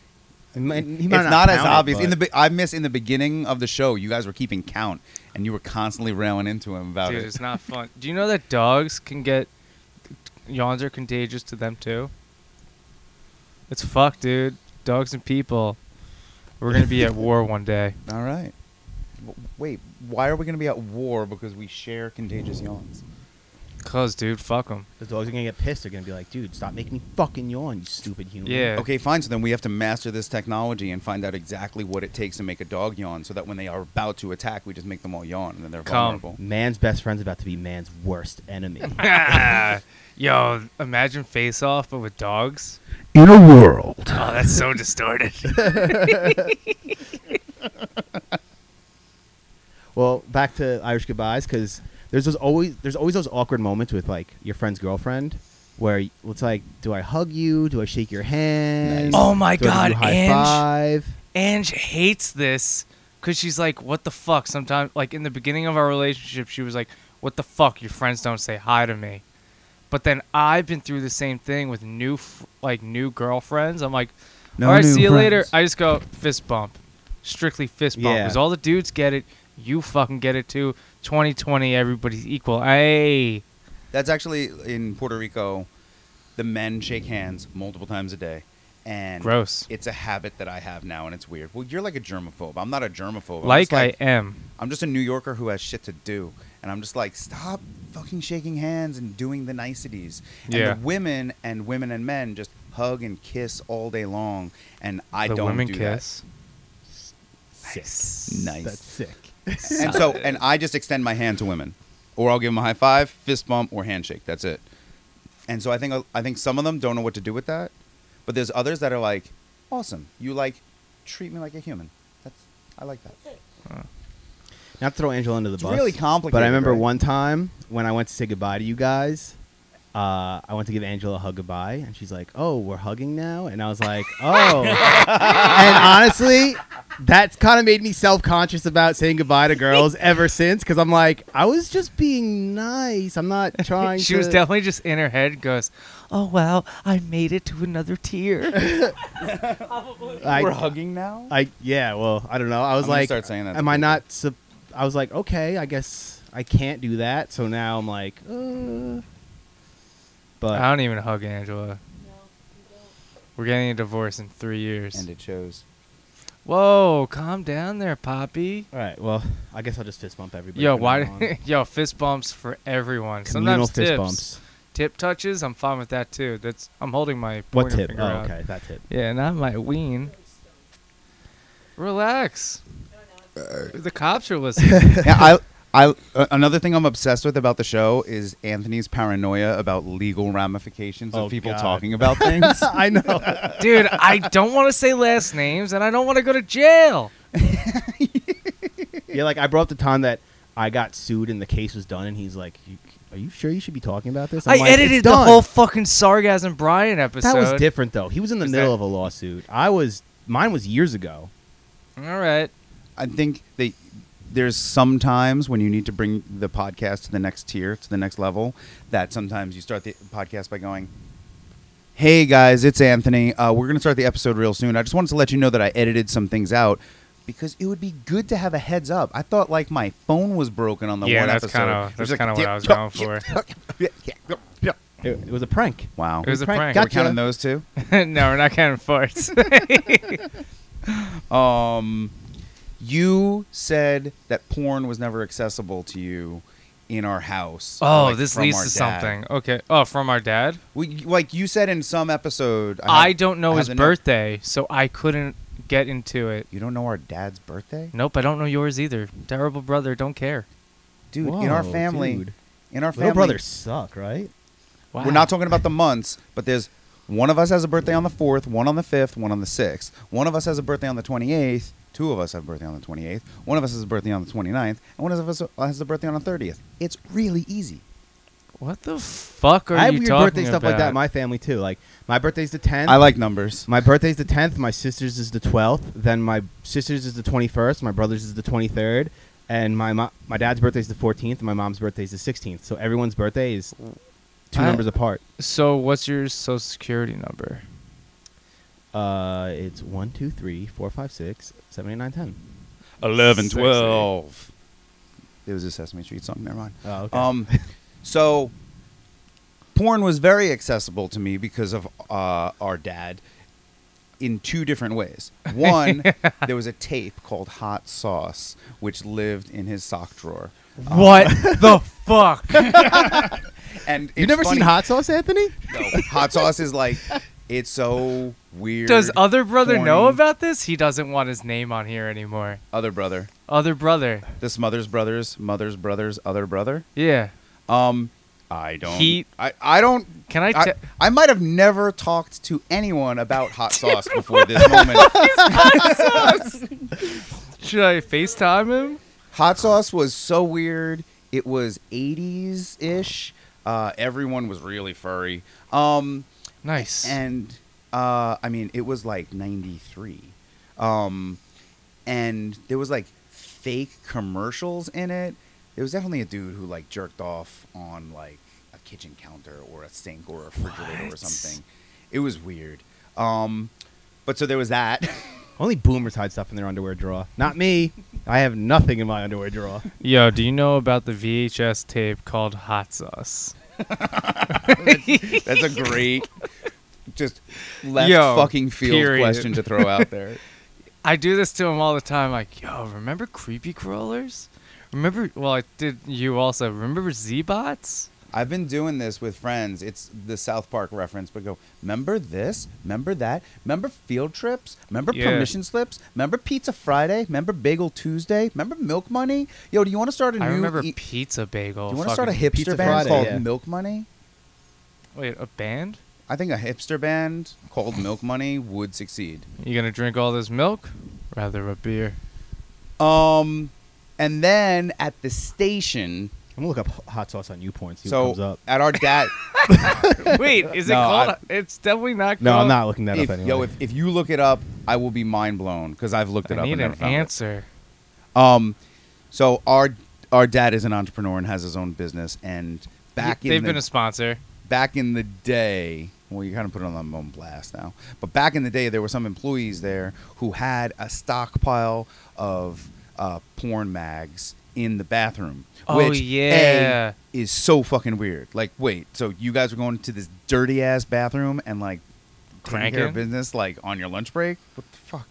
C: He might- he might
B: it's not as
C: count it,
B: obvious. in the
C: but-
B: be- I miss in the beginning of the show, you guys were keeping count, and you were constantly railing into him about
A: Dude,
B: it.
A: it's not fun. Do you know that dogs can get yawns are contagious to them too? It's fucked, dude. Dogs and people. We're gonna be at war one day.
B: All right. W- Wait, why are we going to be at war because we share contagious yawns?
A: Cause, dude, fuck them.
C: the dogs are gonna get pissed. They're gonna be like, "Dude, stop making me fucking yawn, you stupid human."
A: Yeah.
B: Okay, fine. So then we have to master this technology and find out exactly what it takes to make a dog yawn, so that when they are about to attack, we just make them all yawn and then they're
A: Come.
B: vulnerable.
C: Man's best friend's about to be man's worst enemy.
A: Yo, imagine Face Off, but with dogs.
B: In a world,
A: Oh, that's so distorted.
C: Well, back to Irish goodbyes because there's those always there's always those awkward moments with like your friend's girlfriend where y- it's like, do I hug you? Do I shake your hand?
B: Nice.
A: Oh my
C: Do I give
A: God,
C: you high
A: Ange.
C: five.
A: Ange hates this because she's like, "What the fuck?" Sometimes, like in the beginning of our relationship, she was like, "What the fuck? Your friends don't say hi to me." But then I've been through the same thing with new, f- like new girlfriends. I'm like,
B: No
A: "All right,
B: new
A: see you later."
B: friends.
A: I just go fist bump, strictly fist bump,
C: Yeah.
A: because all the dudes get it. You fucking get it too. 2020, everybody's equal. Hey,
B: That's actually in Puerto Rico. The men shake hands multiple times a day, and
A: Gross.
B: It's a habit that I have now, and it's weird. Well, you're like a germaphobe. I'm not a germaphobe. I'm
A: like
B: just
A: I am.
B: I'm just a New Yorker who has shit to do, and I'm just like, stop fucking shaking hands and doing the niceties. And
A: Yeah.
B: the women and women and men just hug and kiss all day long, and I
A: the
B: don't
A: women
B: do that.
A: kiss.
C: Sick.
B: Nice.
C: That's sick.
B: And so, and I just extend my hand to women, or I'll give them a high five, fist bump, or handshake. That's it. And so I think I think some of them don't know what to do with that, but there's others that are like, awesome, you like treat me like a human. That's I like that.
C: Not to throw Angela under the
B: It's
C: bus.
B: really
C: But
B: complicated,
C: I remember
B: right?
C: one time when I went to say goodbye to you guys, uh, I went to give Angela a hug goodbye, and she's like, "Oh, we're hugging now," and I was like, "Oh." and honestly, that's kind of made me self conscious about saying goodbye to girls ever since, because I'm like, I was just being nice. I'm not trying.
A: She
C: to...
A: was definitely just in her head. Goes, oh wow, I made it to another tier.
C: I,
B: We're hugging now.
C: I yeah. Well, I don't know. I was
B: I'm gonna
C: like,
B: start saying that to
C: Am I
B: people.
C: not? Sub- I was like, okay, I guess I can't do that. So now I'm like, uh. but
A: I don't even hug Angela. We're getting a divorce in three years.
B: and it shows.
A: Whoa, calm down there, Poppy.
C: All right. Well, I guess I'll just fist bump everybody.
A: Yo,
C: from now on.
A: why? yo, fist bumps for everyone.
C: Communal
A: Sometimes
C: fist
A: tips,
C: bumps.
A: tip touches. I'm fine with that too. That's I'm holding my
C: What
A: pointer
C: tip?
A: finger
C: Oh,
A: out.
C: okay, that tip.
A: Yeah, not my ween. Relax. The cops are listening.
B: yeah, I, I, uh, another thing I'm obsessed with about the show is Anthony's paranoia about legal ramifications of
C: Oh,
B: people
C: God.
B: talking about things.
C: I know.
A: Dude, I don't want to say last names, and I don't want to go to jail.
C: yeah, like I brought up the time that I got sued and the case was done, and he's like, you, "Are you sure you should be talking about this?" I'm
A: I
C: like, "It's
A: edited the
C: done."
A: whole fucking Sargasm Brian episode.
C: That was different though. He was in the
A: Is
C: middle
A: that-
C: of a lawsuit. I was. Mine was years ago.
A: All right.
B: I think they there's sometimes when you need to bring the podcast to the next tier, to the next level, that sometimes you start the podcast by going, "Hey guys, it's Anthony. Uh, we're going to start the episode real soon. I just wanted to let you know that I edited some things out." Because it would be good to have a heads up. I thought like my phone was broken on the
A: yeah,
B: one
A: that's
B: episode.
A: kind
B: It
A: of that's
B: was like,
A: kind of what I was going for.
C: It, it was a prank.
B: Wow.
A: It was a
C: Prank.
A: prank.
B: We're
C: Gotcha.
B: counting those two.
A: no, we're not counting farts.
B: Um, you said that porn was never accessible to you in our house.
A: oh,
B: like,
A: this
B: from
A: leads
B: our
A: to
B: dad.
A: something. Okay. Oh, from our dad.
B: We, like you said in some episode,
A: I,
B: have-
A: don't know
B: have
A: his
B: the note-
A: birthday, so I couldn't get into it.
B: You don't know our dad's birthday,
A: Nope, I don't know yours either. Terrible brother, don't care.
B: dude. in our
C: Whoa,
B: family,
C: dude.
B: in our family,
C: Little brothers suck, right?
A: Wow.
B: We're not talking about the months, but there's one of us has a birthday on the fourth, one on the fifth, one on the sixth. One of us has a birthday on the twenty eighth. Two of us have a birthday on the twenty eighth. One of us has a birthday on the 29th. and one of us has a birthday on the thirtieth. It's really easy.
A: What the fuck are
C: I have
A: you
C: weird
A: talking
C: birthday stuff like that in
A: about?
C: my family too. Like my birthday's the tenth.
B: I like numbers.
C: my birthday's the tenth. My sister's is the twelfth. Then my sister's is the twenty first. My brother's is the twenty third. And my mo- my dad's birthday's the fourteenth. And my mom's birthday's the sixteenth. So everyone's birthday is two
A: I-
C: numbers apart.
A: So, what's your social security number?
C: Uh, it's one, two, three, four, five, six, seven, eight, nine, ten.
B: 11,
A: Sexy.
B: 12. It was a Sesame Street song. Never mind.
C: Oh, okay.
B: Um, so porn was very accessible to me because of uh, our dad in two different ways. One, there was a tape called Hot Sauce, which lived in his sock drawer.
A: What the fuck?
B: And
C: you
B: it's
C: never
B: funny-
C: seen hot sauce, Anthony?
B: No, hot Sauce is like it's so weird.
A: Does other brother know
B: corny.
A: about this? He doesn't want his name on here anymore.
B: other brother,
A: Other brother.
B: this mother's brothers, mother's brothers, other brother?
A: Yeah.
B: Um, I don't.
A: He-
B: I, I don't.
A: Can I
B: I,
A: te-
B: I might have never talked to anyone about hot sauce before this moment.
A: Should I FaceTime him?
B: hot sauce was so weird. It was 80s ish. Uh, everyone was really furry. Um,
A: Nice.
B: and uh, I mean, it was like '93, um, and there was like fake commercials in it. There was definitely a dude who like jerked off on like a kitchen counter or a sink or a refrigerator or
A: What?
B: something. It was weird. Um, but so there was that.
C: Only boomers hide stuff in their underwear drawer. Not me. I have nothing in my underwear drawer.
A: Yo, do you know about the VHS tape called Hot Sauce?
B: That's a great, just left
A: Yo,
B: fucking field
A: period.
B: question to throw out there.
A: I do this to him all the time. Like, yo, remember creepy crawlers? Remember? Well, I did. You also remember Z-bots?
B: I've been doing this with friends. It's the South Park reference, but go, remember this? Remember that? Remember field trips? Remember
A: Yeah.
B: permission slips? Remember Pizza Friday? Remember Bagel Tuesday? Remember Milk Money? Yo, do you want to start a
A: I
B: new
A: remember
B: e-
A: Pizza Bagel.
B: Do you want to start a
A: fucking-
B: hipster
C: Pizza
B: band
C: Friday,
B: called
C: yeah.
B: Milk Money?
A: Wait, a band?
B: I think a hipster band called Milk Money would succeed.
A: You gonna drink all this milk? Rather a beer.
B: Um and then at the station,
C: I'm gonna look up h- hot sauce on YouPorn. See what comes
B: so
C: up.
B: at our dad
A: Wait, is it
B: No,
A: called?
B: I-
A: it's definitely not.
C: No, I'm
A: called-
C: not looking that
B: if,
C: up anyway.
B: yo, if, if you look it up, I will be mind blown because I've looked it
A: I
B: up.
A: need
B: and never
A: an
B: found it.
A: answer.
B: Um, so our our dad is an entrepreneur and has his own business. And back
A: They've
B: in
A: been
B: the,
A: a sponsor.
B: back in the day, well, you kind of put it on my own blast now. But back in the day, there were some employees there who had a stockpile of uh, porn mags in the bathroom.
A: Oh,
B: which, A,
A: yeah.
B: is so fucking weird. Like, wait, so you guys were going to this dirty ass bathroom and like taking care of
A: Cranking?
B: business like on your lunch break? What the fuck?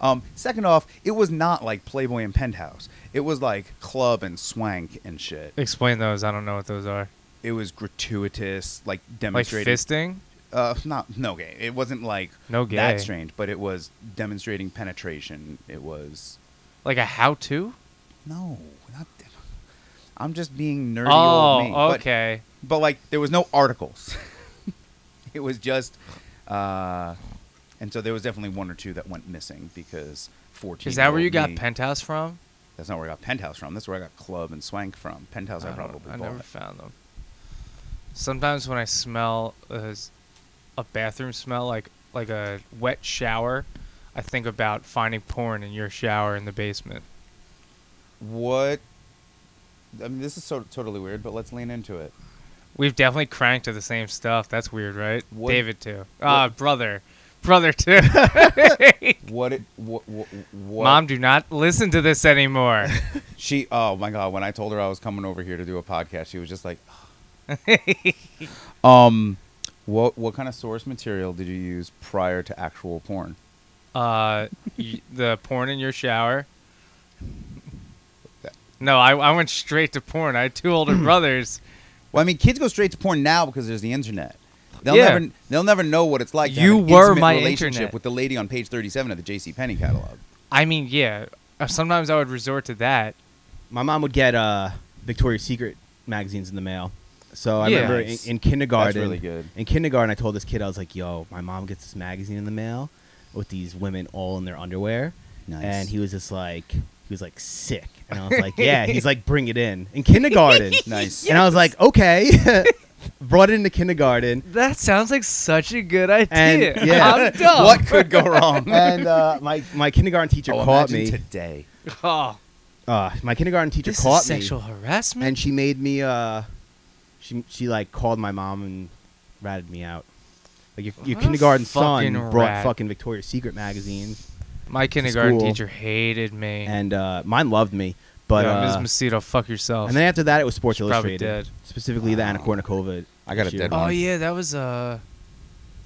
B: Um, second off, it was not like Playboy and Penthouse. It was like club and swank and shit.
A: Explain those. I don't know what those are.
B: It was gratuitous, like
A: Like
B: demonstrating
A: fisting.
B: uh, not no gay. It wasn't like
A: No gay.
B: that strange, but it was demonstrating penetration. It was
A: Like a how-to.
B: no, not. I'm just being nerdy old me.
A: Oh,
B: But-
A: okay.
B: But, like, there was no articles. it was just, uh, and so there was definitely one or two that went missing because fourteen.
A: Is that where you got
B: me-
A: penthouse from?
B: That's not where I got penthouse from. That's where I got club and swank from. Penthouse, I,
A: don't-
B: probably
A: Oh, I
B: bought.
A: never found them. Sometimes when I smell a, s- a bathroom smell like like a wet shower, I think about finding porn in your shower in the basement.
B: What? I mean, this is so totally weird, but let's lean into it.
A: We've definitely cranked to the same stuff. That's weird, right?
B: What-
A: David too. Ah, brother, brother too.
B: What? It, what, what, what?
A: Mom, do not listen to this anymore.
B: She, oh my god, when I told her I was coming over here to do a podcast, she was just like, um, what what kind of source material did you use prior to actual porn?
A: uh, y- the porn in your shower. No, I, I went straight to porn. I had two older brothers.
B: Well, I mean, kids go straight to porn now because there's the internet. They'll
A: Yeah.
B: never they'll never know what it's like. To
A: You
B: have an
A: were
B: intimate
A: my
B: relationship
A: internet.
B: with the lady on page thirty-seven of the J.C. Penney catalog.
A: I mean, yeah. uh, Sometimes I would resort to that.
C: my mom would get uh, Victoria's Secret magazines in the mail. So I
A: Yeah.
C: remember in,
B: Nice.
C: in kindergarten.
B: That's really good.
C: In kindergarten, I told this kid I was like, "Yo, my mom gets this magazine in the mail with these women all in their underwear,"
B: Nice.
C: and he was just like, he was like sick, and I was like, "Yeah." He's like, "Bring it in." In kindergarten,
B: Nice.
C: And I was like, "Okay." Brought it into kindergarten,
A: That sounds like such a good idea.
C: And- yeah.
A: I'm dumb.
B: What could go wrong?
C: and uh, my my kindergarten teacher
B: Oh,
C: caught
B: imagine
C: me.
B: today.
A: Oh,
C: uh, my kindergarten teacher
A: this
C: caught
A: is
C: me.
A: sexual harassment.
C: and she made me uh she she like called my mom and ratted me out like your, your
A: What a
C: kindergarten son
A: fucking
C: brought
A: rat.
C: fucking victoria's secret magazines
A: My kindergarten
C: school.
A: teacher hated me.
C: and uh mine loved me but
A: Yo,
C: uh,
A: Ms. Macedo, fuck yourself.
C: and then after that it was sports
A: She's probably
C: illustrated
A: dead.
C: specifically the anna
B: Wow.
C: kournikova
B: I got a
C: issue.
B: dead
A: oh
B: one.
A: yeah, that was uh.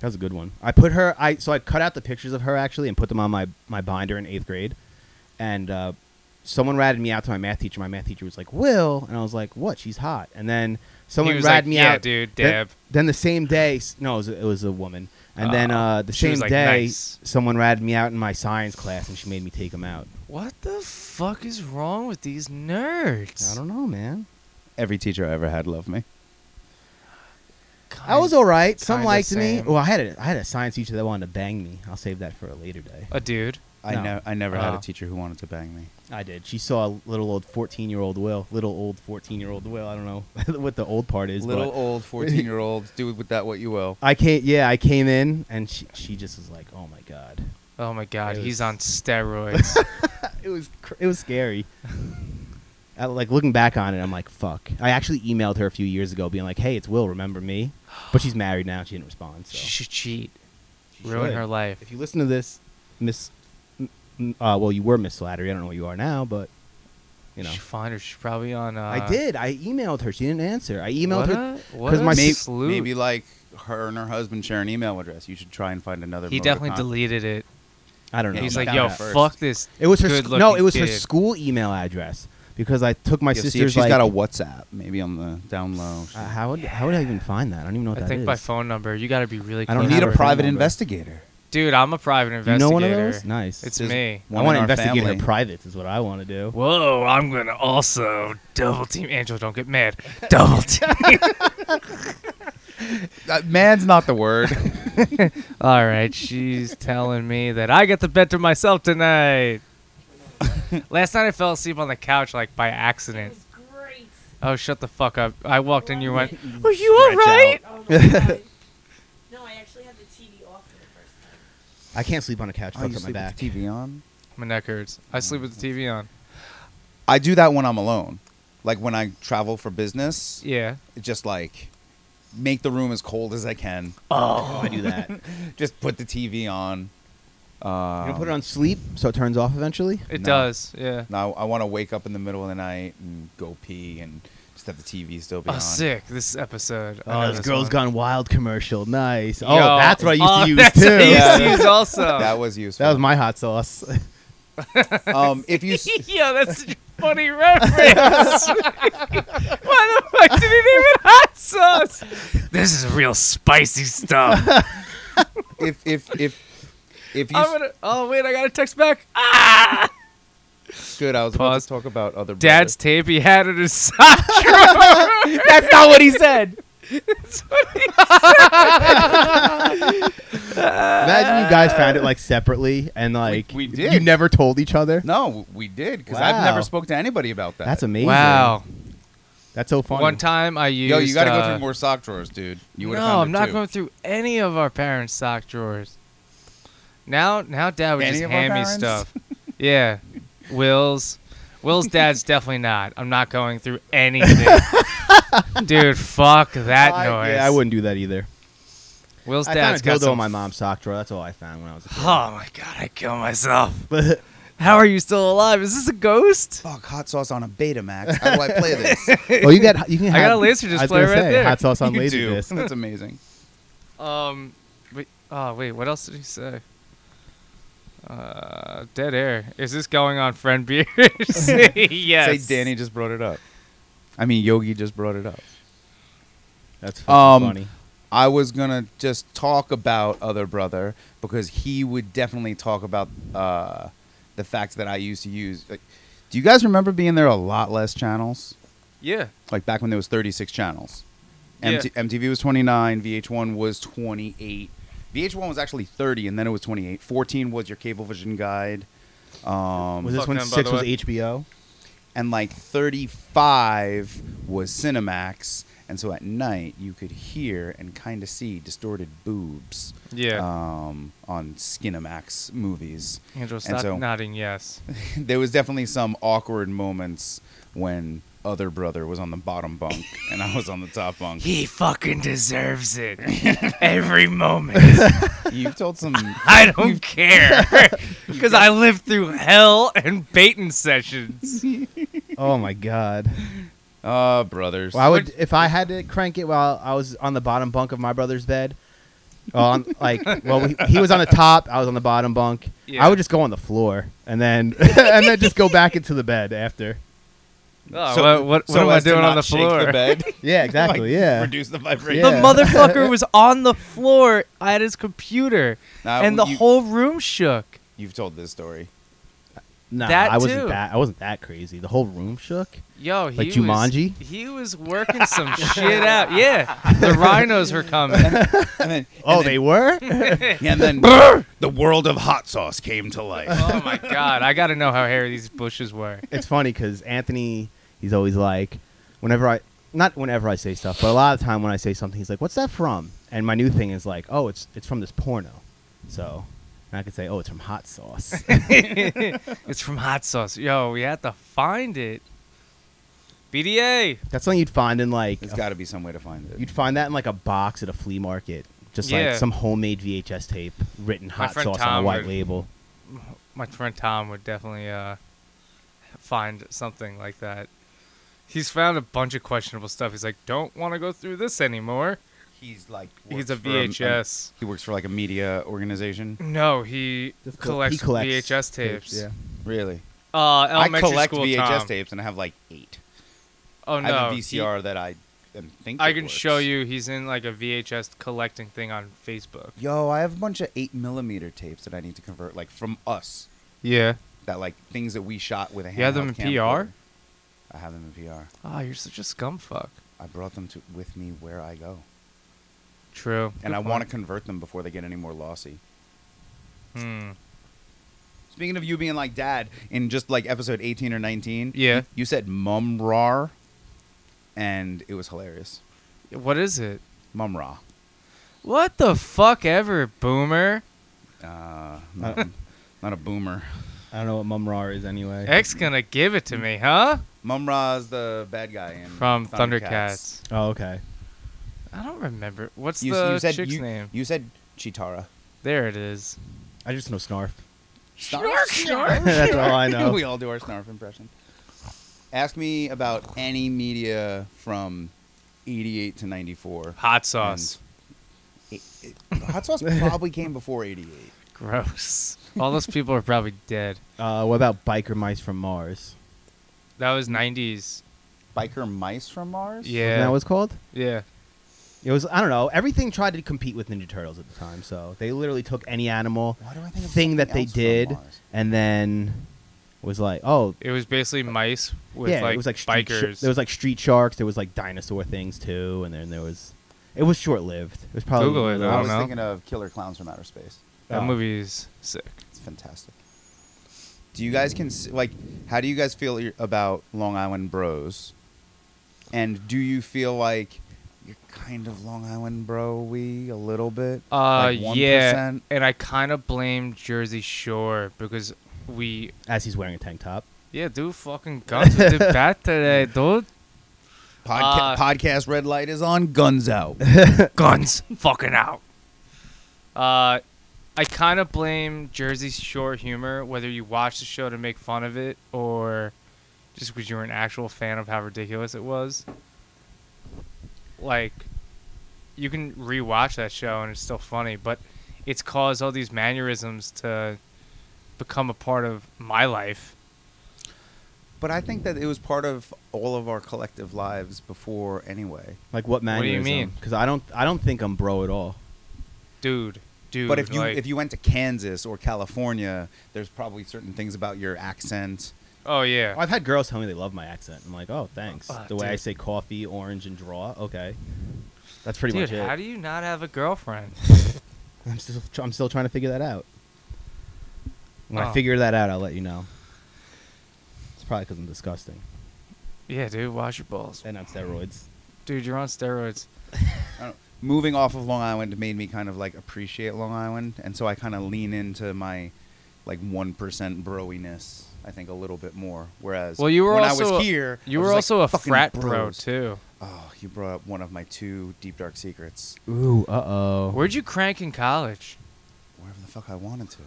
C: that was a good one i put her i so i cut out the pictures of her actually and put them on my my binder in eighth grade and uh someone ratted me out to my math teacher my math teacher was like will and i was like what she's hot and then someone
A: he was
C: ratted
A: like,
C: me
A: yeah,
C: out
A: dude,
C: Then,
A: Deb.
C: then the same day, s- no, it was, it was a woman. And then
A: Ah,
C: uh, the
A: she
C: same
A: was like,
C: day,
A: "Nice."
C: someone ratted me out in my science class, and she made me take them out.
A: What the fuck is wrong with these nerds?
C: I don't know, man.
B: Every teacher I ever had loved me.
A: Kind
C: I was all right. Some
A: kinda
C: liked me.
A: same.
C: Well, I had a I had a science teacher that wanted to bang me. I'll save that for a later day.
A: a dude.
B: I
C: No.
B: know. I never
A: Uh-huh.
B: had a
C: Oh.
B: teacher who wanted to bang me.
C: I did. She saw little old fourteen-year-old Will, little old fourteen-year-old Will. I don't know what the old part is.
B: Little
C: but
B: old fourteen-year-old, do with that what you will.
C: I came. Yeah, I came in, and she she just was like, "Oh my god."
A: Oh my God,
C: It
A: he's
C: was-
A: on steroids.
C: It was cr- it was scary. I, like looking back on it, I'm like, "Fuck." I actually emailed her a few years ago, being like, "Hey, it's Will. Remember me?" But she's married now. She didn't respond. So
A: she should cheat,
C: She
A: ruin
C: should.
A: her life.
C: If you listen to this, Miss, m- m- uh, well, you were Miss Slattery. I don't know what you are now, but you know,
A: she should find her. She's probably on. Uh,
C: I did. I emailed her. She didn't answer. I
A: What?
C: emailed her.
A: a- what
C: 'cause
A: a
C: my
B: Maybe,
C: s-
A: sleut.
B: maybe like her and her husband share an email address. You should try and find another.
A: he
B: mode of
A: definitely
B: con-
A: deleted it.
C: I don't know.
B: Yeah,
A: He's
B: he
A: like,
B: found
A: yo,
B: out first.
A: fuck this.
C: It was her. Sc-
A: good-looking
C: no, it was her
A: kid."
C: school email address because I took my
B: Yeah, see if
C: sister's.
B: she's
C: like,
B: got a WhatsApp, maybe on the down low.
C: uh, how would how would I even find that? I don't even know what
A: I
C: Oh, that
A: think
C: is.
A: by phone number, you got to be really.
C: I don't
A: clever.
B: you need a
C: have her
B: private
C: phone number.
B: investigator.
A: Dude, I'm a private
C: You
A: investigator.
C: know one of those? Nice.
A: It's
B: There's
A: me.
B: one
C: I want
B: in
C: to
B: our
C: investigate her
B: family.
C: privates. Is what I want to do.
A: Whoa, I'm gonna also double team Angela. Don't get mad. Double team.
B: Uh, man's not the word.
A: All right, she's telling me that I get the bed to myself tonight. Last night I fell asleep on the couch like by accident.
E: It's great.
A: Oh, shut the fuck up! I walked in, you went.
E: Loved
A: Are you all
B: Stretch
A: right?
E: Oh my god. No, I actually had the TV off for the first time.
C: I can't sleep on a couch.
B: Oh, you
C: Fucks up my
B: sleep with
C: back.
B: the TV on.
A: My neck hurts. I sleep with the TV on.
B: I do that when I'm alone, like when I travel for business.
A: Yeah.
B: Just like make the room as cold as I can.
C: Oh, I do that. You
B: Just put the TV on. Uh,
C: don't put it on sleep, so it turns off eventually.
A: It
B: No.
A: does. Yeah.
B: Now I want to wake up in the middle of the night and go pee and just have the TV still be
A: Oh,
B: on.
A: sick. This episode. I
C: Oh,
A: know
C: this
A: this
C: girl's
A: one.
C: gone wild commercial. Nice.
A: Yo.
C: oh, that's what I used
A: Oh,
C: to use
A: that's
C: too.
A: what I used
B: Yeah.
A: to use also.
B: That was useful.
C: That was my hot sauce.
B: Um, if you s-
A: Yo, that's such a funny reference. Why the fuck did he name it hot sauce? This is real spicy stuff.
B: if if if if you
A: I'm
B: s-
A: gonna, oh wait, I got a text back. Ah!
B: good, I
A: Pause.
B: was about to talk about other.
A: Dad's tape he had in his sock drawer.
C: that's not what he said.
A: That's what he-
C: Imagine you guys found it like separately and like
B: we did.
C: You never told each other.
B: brother. No, we did because I've
C: Wow.
B: never spoke to anybody about that.
C: That's amazing.
A: wow.
C: That's so funny.
A: One time I used.
B: Yo, you got to go
A: uh,
B: through more sock drawers, dude. You would
A: no,
B: have found
A: I'm
B: it
A: not
B: too.
A: going through any of our parents' sock drawers. Now, now, Dad would
B: Any
A: just
B: of our
A: hand me
B: parents?
A: stuff. yeah, Will's, Will's dad's definitely not. I'm not going through anything, dude. Fuck that
C: I,
A: noise.
C: Yeah, I wouldn't do that either.
A: Will's
C: I
A: dad's
C: found
A: got
C: a dildo
A: some.
C: in my mom's sock drawer. That's all I found when I was a kid.
A: Oh my god, I killed myself.
C: But
A: How are you still alive? Is this a ghost?
B: Fuck, hot sauce on a Betamax. How do I play this?
C: oh, you got you can.
A: I
C: Have,
A: got a laser
C: I was
A: display
C: gonna
A: right
C: say,
A: there.
C: Hot sauce on
B: you
C: laser
B: do.
C: disc.
B: That's amazing.
A: Um, wait, oh wait, what else did he say? Uh, dead air. Is this going on friend beers? yes.
B: Say Danny just brought it up. I mean, Yogi just brought it up.
C: That's fucking
B: Um,
C: funny.
B: I was gonna just talk about other brother because he would definitely talk about uh, the fact that I used to use. Like, do you guys remember being there a lot less channels?
A: Yeah.
B: Like back when there was 36 channels.
A: Yeah.
B: MT- MTV was 29, VH1 was 28. VH1 was actually 30, and then it was 28. 14 was your Cablevision guide, um,
C: Was this
A: fuck
C: when
A: them, by
C: six
A: the
C: was
A: way.
C: HBO?
B: and like 35 was Cinemax. And so at night you could hear and kind of see distorted boobs
A: Yeah.
B: um, on Skinamax movies.
A: Angel,
B: and
A: stop
B: so-
A: nodding yes.
B: there was definitely some awkward moments when other brother was on the bottom bunk and I was on the top bunk.
A: He fucking deserves it. Every moment.
B: You've told some.
A: I don't care. Because I lived through hell and Baton sessions.
C: Oh my god.
B: Uh, brothers.
C: Well, I would if I had to crank it while I was on the bottom bunk of my brother's bed. On like, well, we, he was on the top. I was on the bottom bunk.
A: Yeah.
C: I would just go on the floor and then and then just go back into the bed after.
A: Oh,
B: So-
A: what what, what
B: so
A: am I
B: as to
A: doing on
B: not
A: the
B: shake
A: floor?
B: The bed.
C: Yeah, exactly.
B: Like,
C: yeah.
B: Reduce the vibration.
A: The
C: Yeah.
A: motherfucker was on the floor at his computer,
B: Nah,
A: and the
B: Uh, you-
A: whole room shook.
B: You've told this story.
C: Nah,
A: That
C: I wasn't
A: too.
C: that. I wasn't that crazy. The whole room shook.
A: Yo, he
C: Like
A: was,
C: Jumanji?
A: He was working some shit out. Yeah, the rhinos were coming.
B: And then,
C: Oh, they were.
B: and then the world of hot sauce came to life.
A: Oh my god, I got to know how hairy these bushes were.
C: it's funny because Anthony, he's always like, whenever I, not whenever I say stuff, but a lot of time when I say something, he's like, "What's that from?" And my new thing is like, "Oh, it's it's from this porno." So, and I could say, "Oh, it's from hot sauce."
A: It's from hot sauce. Yo, we had to find it. BDA.
C: That's something you'd find in like
B: There's
C: a-
B: got to be some way to find it.
C: you'd find that in like a box at a flea market, just
A: Yeah.
C: like some homemade VHS tape written hot
A: friend
C: sauce on
A: Tom
C: a white
A: would-
C: label.
A: My friend Tom would definitely uh, find something like that. He's found a bunch of questionable stuff. He's like, don't want to go through this anymore.
B: He's like
A: He's a
B: works for a-
A: VHS.
B: he works for like a media organization.
A: No, he
C: Just col-
A: collects,
C: he collects
A: VHS tapes.
C: tapes,
B: Really?
A: Uh, elementary
B: I collect
A: school
B: VHS
A: Tom.
B: tapes and I have like eight.
A: Oh
B: I
A: no,
B: have a
A: he-
B: VCR that I am thinking.
A: I can show
B: works.
A: you. He's in like a VHS collecting thing on Facebook.
B: Yo, I have a bunch of eight millimeter tapes that I need to convert, like from us,
A: Yeah.
B: that like things that we shot with a handheld
A: You have them in
B: camcorder.
A: PR?
B: I have them in PR.
A: Ah, you're such a scumfuck.
B: I brought them to with me where I go,
A: True.
B: and I want to convert them before they get any more lossy.
A: to. Hmm.
B: Speaking of you being like dad in just like episode 18 or 19,
A: Yeah.
B: you said mum rar, and it was hilarious.
A: What is it?
B: Mum ra.
A: What the fuck ever, boomer?
B: Uh, not, not a boomer.
C: I don't know what mum rar is anyway.
A: X gonna give it to me, huh?
B: Mum ra's the bad guy in
A: From Thundercats.
B: Thundercats.
C: Oh, okay.
A: I don't remember. What's
B: You,
A: the
B: you said
A: chick's
B: you,
A: name?
B: you said Chitara.
A: there it is.
C: I just know snarf.
B: Snarf, snarf.
C: That's all I know.
B: we all do our snarf impression. Ask me about any media from 88 to 94.
A: Hot sauce.
B: It- it- hot sauce probably came before 88.
A: Gross. All those people are probably dead.
C: Uh, what about biker mice from Mars?
A: That was 90s.
B: Biker mice from Mars?
A: Yeah.
C: Isn't that what it's called?
A: Yeah.
C: It was I don't know. Everything tried to compete with Ninja Turtles at the time, so they literally took any animal
B: Why do I think of
C: thing that
B: something
C: they
B: else from
C: did,
B: Mars?
C: and then was like, oh
A: It was basically mice with
C: yeah,
A: like,
C: it was like street sh-
A: bikers.
C: there was like street sharks. There was like dinosaur things too, and then there was. It was short lived. It was probably um,
A: Google it,
B: I,
A: I don't
B: was
A: know.
B: thinking of Killer Clowns from Outer Space.
A: that
C: oh.
A: movie's sick.
B: It's fantastic. Do you guys cons- like? How do you guys feel i- about Long Island Bros? And do you feel like you're kind of Long Island Bro? We a little bit.
A: Uh,
B: Like 1%?
A: yeah, and I kind of blame Jersey Shore because we,
C: As he's wearing a tank top.
A: yeah, dude, fucking guns with the bat today, dude.
B: Podca-
A: Uh,
B: podcast red light is on. Guns out.
A: Guns, fucking out. Uh, I kind of blame Jersey Shore humor, whether you watch the show to make fun of it or just because you were an actual fan of how ridiculous it was. Like, you can rewatch that show and it's still funny, but it's caused all these mannerisms to become a part of my life.
B: but I think that it was part of all of our collective lives before, anyway.
C: Like what
A: What do you
C: mannerism?
A: mean?
C: Because I don't. I don't think I'm bro at all.
A: Dude, dude.
B: but if you
A: like-
B: if you went to Kansas or California, there's probably certain things about your accent.
A: oh yeah,
C: I've had girls tell me they love my accent. I'm like, oh, thanks.
A: Ah,
C: the way I
A: dude.
C: say coffee, orange, and draw. Okay, that's pretty
A: dude,
C: much it.
A: how do you not have a girlfriend?
C: I'm still I'm still trying to figure that out. When I
A: Oh.
C: figure that out, I'll let you know. It's probably because I'm disgusting
A: yeah, dude, wash your balls.
C: and on steroids.
A: Dude, you're on steroids.
B: I don't- moving off of Long Island made me kind of like appreciate Long Island, and so I kind of lean into my like one percent broiness. I think a little bit more. Whereas,
A: Well, you were
B: when I
A: also
B: was
A: a-
B: here,
A: You
B: I was
A: were
B: like,
A: also a
B: "Fucking
A: frat bro
B: bros."
A: too.
B: Oh, you brought up one of my two deep dark secrets.
C: Ooh, uh oh.
A: Where'd you crank in college?
B: Wherever the fuck I wanted to.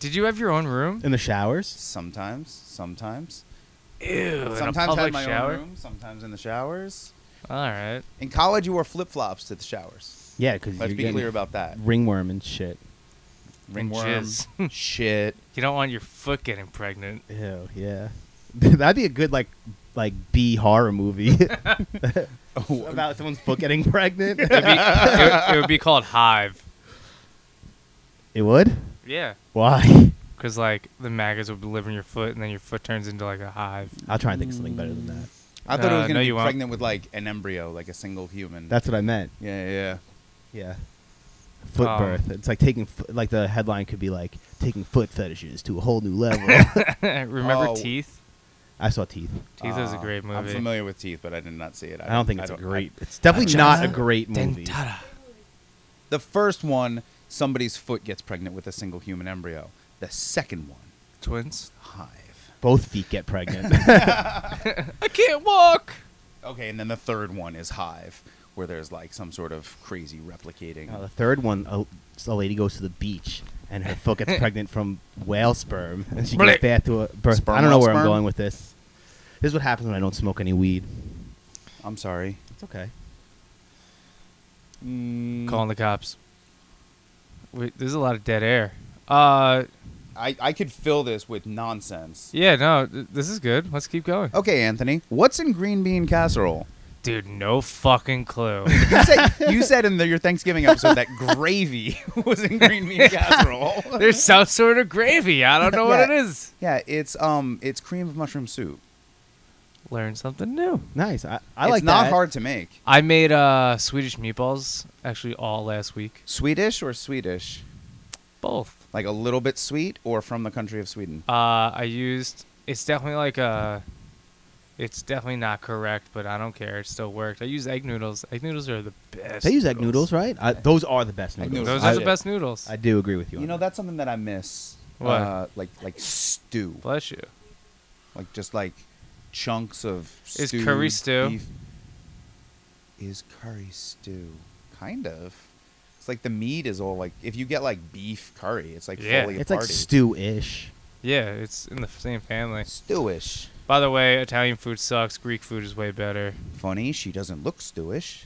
A: Did you have your own room?
C: In the showers?
B: Sometimes, sometimes,
A: Ew,
B: sometimes
A: in a
B: had
A: public
B: my
A: shower.
B: own room. Sometimes in the showers.
A: All right.
B: In college, you wore flip flops to the showers.
C: Yeah, because
B: Let's
C: you're
B: be
C: getting
B: clear about that.
C: ringworm and shit.
B: Ringworm,
A: jizz.
B: shit.
A: You don't want your foot getting pregnant.
C: Ew, yeah. That'd be a good like like B horror movie about someone's foot getting pregnant.
A: It'd be, it, it would be called Hive.
C: it would?
A: Yeah,
C: Why?
A: because like the maggots would live in your foot, and then your foot turns into like a hive.
C: I'll try and think of something better than that.
B: I thought it
A: Uh,
B: was gonna
A: no,
B: be
A: you won't.
B: pregnant with like an embryo, like a single human.
C: That's what I meant.
B: yeah, yeah, yeah.
C: Yeah. Foot
B: Oh.
A: Um,
C: birth. It's like taking fo- like the headline could be like taking foot fetishes to a whole new level.
A: Remember
B: Oh.
A: Teeth?
C: I saw teeth.
A: Teeth was a
B: Uh,
A: great movie.
B: I'm familiar with Teeth, but I did not see it.
C: I don't think it's a
B: I-
C: great. It's definitely not a
A: Vagina
C: great movie.
A: Dentata.
B: The first one, somebody's foot gets pregnant with a single human embryo. The second one,
A: Twins.
B: hive.
C: Both feet get pregnant.
A: I can't walk.
B: Okay, and then the third one is hive, where there's like some sort of crazy replicating.
C: Now, the third one, a, a lady goes to the beach and her foot gets pregnant from whale sperm, and she
A: Blech.
C: gives birth to a birth.
B: Sperm
C: I don't know
B: whale
C: where I'm
B: sperm?
C: going with this. This is what happens when I don't smoke any weed.
B: I'm sorry.
C: It's okay. Mm.
A: Calling the cops. Wait, there's a lot of dead air. Uh,
B: I, I could fill this with nonsense.
A: yeah, no, th- this is good. Let's keep
C: Oh.
A: going.
B: Okay, Anthony, what's in green bean casserole?
A: Dude, no fucking clue.
B: You said, you said in the, your Thanksgiving episode that gravy was in green bean casserole.
A: There's some sort of gravy. I don't know what
B: Yeah.
A: it is.
B: yeah, it's um, it's cream of mushroom soup.
A: Learn something new.
C: Nice. I, I
B: it's
C: like
B: not
C: that.
B: hard to make.
A: I made uh Swedish meatballs actually all last week.
B: Swedish or Swedish?
A: Both.
B: Like a little bit sweet or from the country of Sweden?
A: Uh, I used. It's definitely like a. It's definitely not correct, but I don't care. It still worked. I use egg noodles. Egg noodles are the best.
C: They use egg noodles, right? I, those are the best
B: Egg
C: noodles.
A: Those
B: I-
A: are the best noodles.
C: I do agree with you.
B: You
C: on
B: know,
C: that.
B: that's something that I miss.
A: What?
B: Uh, like like stew,
A: Bless you.
B: like just like chunks of.
A: Is
B: stewed
A: curry stew?
B: beef. Is curry stew? Kind of. It's like the meat is all like if you get like beef curry, it's like
A: Yeah.
B: fully
C: It's
B: party.
C: like stew-ish.
A: Yeah, it's in the same family.
B: stewish.
A: By the way, Italian food sucks. Greek food is way better.
B: Funny, she doesn't look stewish.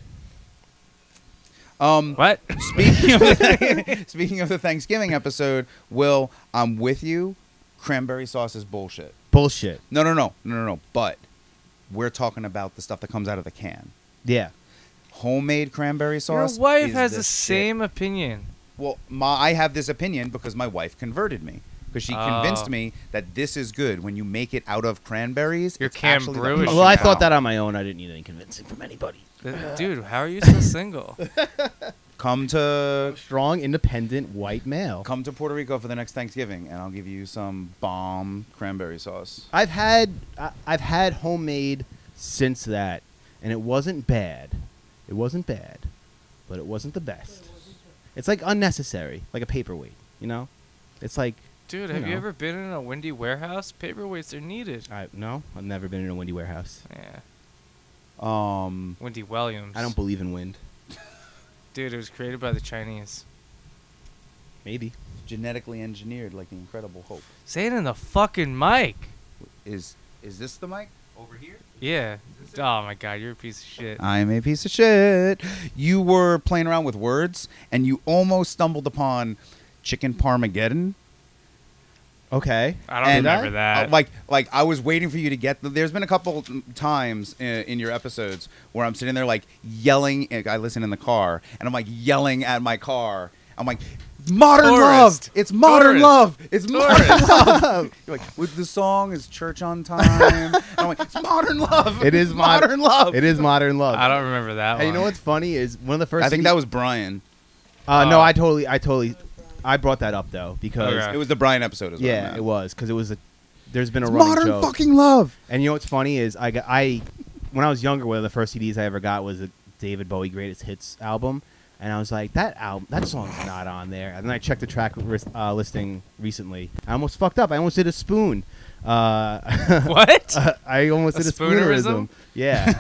B: Um,
A: What?
B: Speaking of the, speaking of the Thanksgiving episode, Will, I'm with you. Cranberry sauce is bullshit.
C: Bullshit.
B: No, no, no, no, no, no. But we're talking about the stuff that comes out of the can.
C: Yeah.
B: Homemade cranberry
A: Your
B: sauce.
A: wife
B: is
A: has
B: the
A: the
B: shit.
A: same opinion.
B: Well, my I have this opinion because my wife converted me because she convinced
A: Oh.
B: me that this is good when you make it out of cranberries.
A: Your
B: it's
A: can
B: actually the
A: brew is
B: best
A: shit.
C: Well, I
B: thing.
C: thought that on my own. I didn't need any convincing from anybody.
A: Th- Dude, how are you so single?
B: Come to
C: Strong, independent, white male.
B: come to Puerto Rico for the next Thanksgiving, and I'll give you some bomb cranberry sauce.
C: I've had I, I've had homemade since that, and it wasn't bad. It wasn't bad, but it wasn't the best. It's like unnecessary, like a paperweight. You know, it's like
A: Dude,
C: You
A: have you,
C: know.
A: ever been in a windy warehouse? Paperweights are needed.
C: I no, I've never been in a windy warehouse.
A: Yeah.
B: Um,
A: Wendy Williams.
C: I don't believe in wind.
A: Dude, it was created by the Chinese.
C: Maybe
B: genetically engineered like the Incredible Hulk.
A: Say it in the fucking mic.
B: Is is this the mic over here?
A: Yeah. Oh my god, you're a piece of shit.
B: I'm a piece of shit. You were playing around with words, and you almost stumbled upon chicken parmageddon.
C: okay.
A: I don't
B: and
A: remember
B: uh,
A: that.
B: like, like I was waiting for you to get. There's been a couple times in, in your episodes where I'm sitting there like yelling. and I listen in the car, and I'm like yelling at my car. I'm like, modern
A: Tourist.
B: love. It's modern
A: Tourist.
B: love. It's modern
A: Tourist.
B: love. You're like, with the song is church on time. and I'm like, it's modern love.
C: It is
B: It's
C: mod-
B: modern love.
C: It is modern love.
A: I don't remember that
C: And you
A: one.
C: know what's funny is one of the first.
B: I think
C: thing-
B: that was Brian.
C: Uh, no,
A: Oh.
C: I totally, I totally, I brought that up though because
A: Okay.
B: It was the Brian episode as well.
C: yeah, it was because it was a. There's been a running
B: Modern
C: joke.
B: fucking love.
C: And you know what's funny is I got I when I was younger, one of the first CDs I ever got was a David Bowie Greatest Hits album, and I was like, that album, that song's not on there. And then I checked the track ris- uh, listing recently. I almost fucked up. I almost did a spoon. Uh,
A: what?
C: I almost
A: A
C: did a
A: spoonerism?
C: spoonerism. Yeah,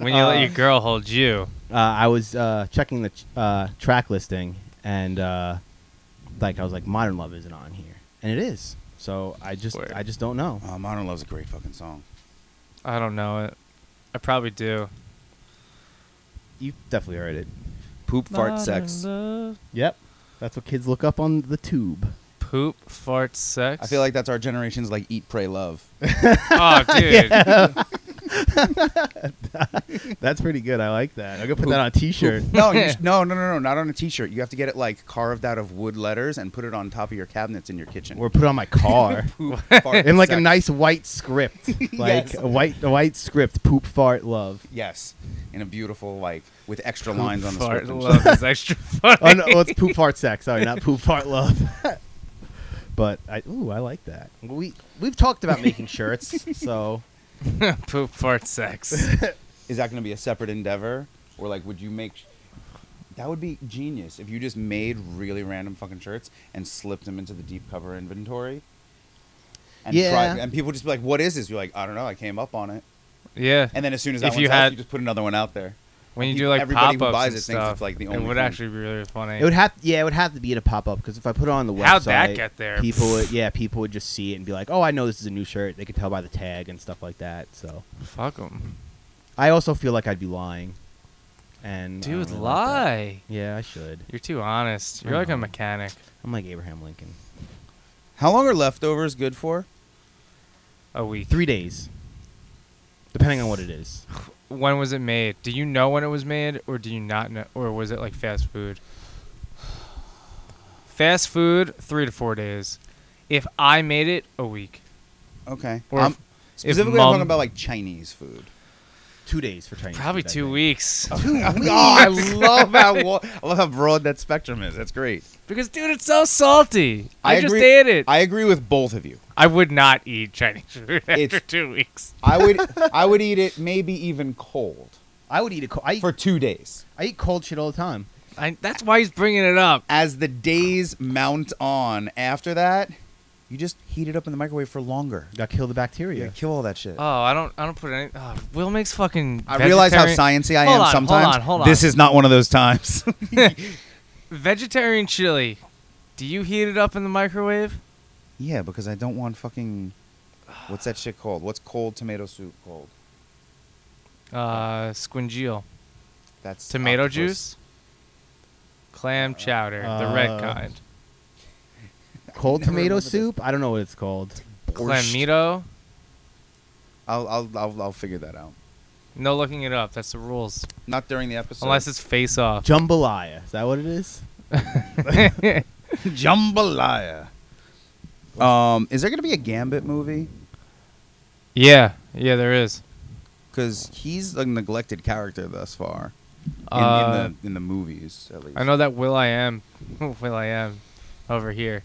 A: when you
C: uh,
A: let your girl hold you.
C: uh, I was uh, checking the ch- uh, track listing, and uh, like I was like, Modern Love isn't on here, and it is. So I just
A: Word.
C: I just don't know.
B: Oh, modern love's a great fucking song.
A: I don't know it. I probably do.
C: You definitely heard it.
B: Poop fart sex.
C: Yep, that's what kids look up on the tube.
A: Poop, fart, sex.
B: I feel like that's our generation's like eat, pray, love.
A: Oh, dude.
C: That's pretty good. I like that. I'm gonna put that on a T-shirt.
B: No, you sh- no, no, no, no, not on a T-shirt. You have to get it like carved out of wood letters and put it on top of your cabinets in your kitchen.
C: or put it on my car
B: Poop, fart,
C: in like a
B: sex.
C: nice white script, like
B: Yes.
C: a white a white script. Poop fart love.
B: Yes, in a beautiful like with extra
A: Poop
B: lines on the
A: fart
B: script. and
A: love
B: shit.
A: is extra funny.
C: Oh no, well, it's poop fart sex. Sorry, not poop fart love. but I ooh, I like that. We we've talked about making shirts, so
A: Poop fart sex.
B: Is that going to be a separate endeavor, or like would you make? sh- That would be genius if you just made really random fucking shirts and slipped them into the deep cover inventory. And
C: Yeah.
B: and people just be like, "What is this?" You're like, "I don't know. I came up on it."
A: Yeah.
B: And then as soon as that
A: If
B: one's
A: you
B: out,
A: had-
B: you just put another one out there.
A: when you
B: peop-
A: do like
B: everybody
A: pop
B: who
A: ups
B: buys
A: and
B: it thinks
A: stuff,
B: it's, like, the
A: it
B: only
A: would
B: thing.
A: actually be really funny.
C: it would have yeah, it would have to be in a pop up because if I put it on the website,
A: How'd that get there?
C: People would yeah, people would just see it and be like, oh, I know this is a new shirt. They could tell by the tag and stuff like that. So
A: Fuck them.
C: I also feel like I'd be lying. And I don't
A: Dude,
C: really like that.
A: lie.
C: yeah, I should.
A: You're too honest. You're like a
C: Uh-huh.
A: mechanic.
C: I'm like Abraham Lincoln.
B: How long are leftovers good for?
A: A week.
C: Three days, depending on what it is.
A: When was it made? Do you know when it was made, or do you not know, or was it like fast food? Fast food, three to four days. If I made it, a week.
B: Okay.
A: Or
B: I'm-
A: if- if
B: specifically, I'm
A: mom-
B: talking about like Chinese food.
C: Two days for Chinese.
A: Probably
C: food, I
A: two
C: think.
A: weeks.
B: oh, I love how wa- I love how broad that spectrum is. That's great.
A: Because dude, it's so salty. I,
B: I
A: just
B: agree-
A: ate it. I,
B: I agree with both of you.
A: would not eat Chinese food after
B: It's-
A: two weeks.
B: I would I would eat it maybe even cold
C: I would eat a. Co- I eat,
B: for two days.
C: I eat cold shit all the time.
A: I, that's why he's bringing it up.
B: As the days mount on after that, you just heat it up in the microwave for longer.
C: Got to kill the
B: You
C: bacteria.
B: kill all that shit.
A: Oh, I don't. I don't put any. Oh, Will makes fucking.
B: I realize how
A: vegetarian-
B: sciency I
A: Hold
B: am
A: on, hold
B: sometimes.
A: on, hold on.
B: This is not one of those times.
A: vegetarian chili. Do you heat it up in the microwave?
B: yeah, because I don't want fucking what's that shit called? What's cold tomato soup called?
A: Uh, squingeal,
B: That's
A: tomato
B: octopus.
A: juice, clam chowder, the red
C: uh,
A: kind,
C: Cold
B: Never
C: tomato
B: remember this.
C: soup. I don't know what it's called.
B: Borscht.
A: clamito.
B: I'll, I'll I'll I'll figure that out.
A: No looking it up. That's the rules.
B: Not during the episode.
A: Unless it's face off.
C: Jambalaya. Is that what it is?
B: jambalaya. Um, is there gonna be a Gambit movie?
A: yeah, yeah, there is.
B: Because he's a neglected character thus far in,
A: Uh,
B: in the in the movies, at least.
A: I know that Will I Am, Will I Am, over here,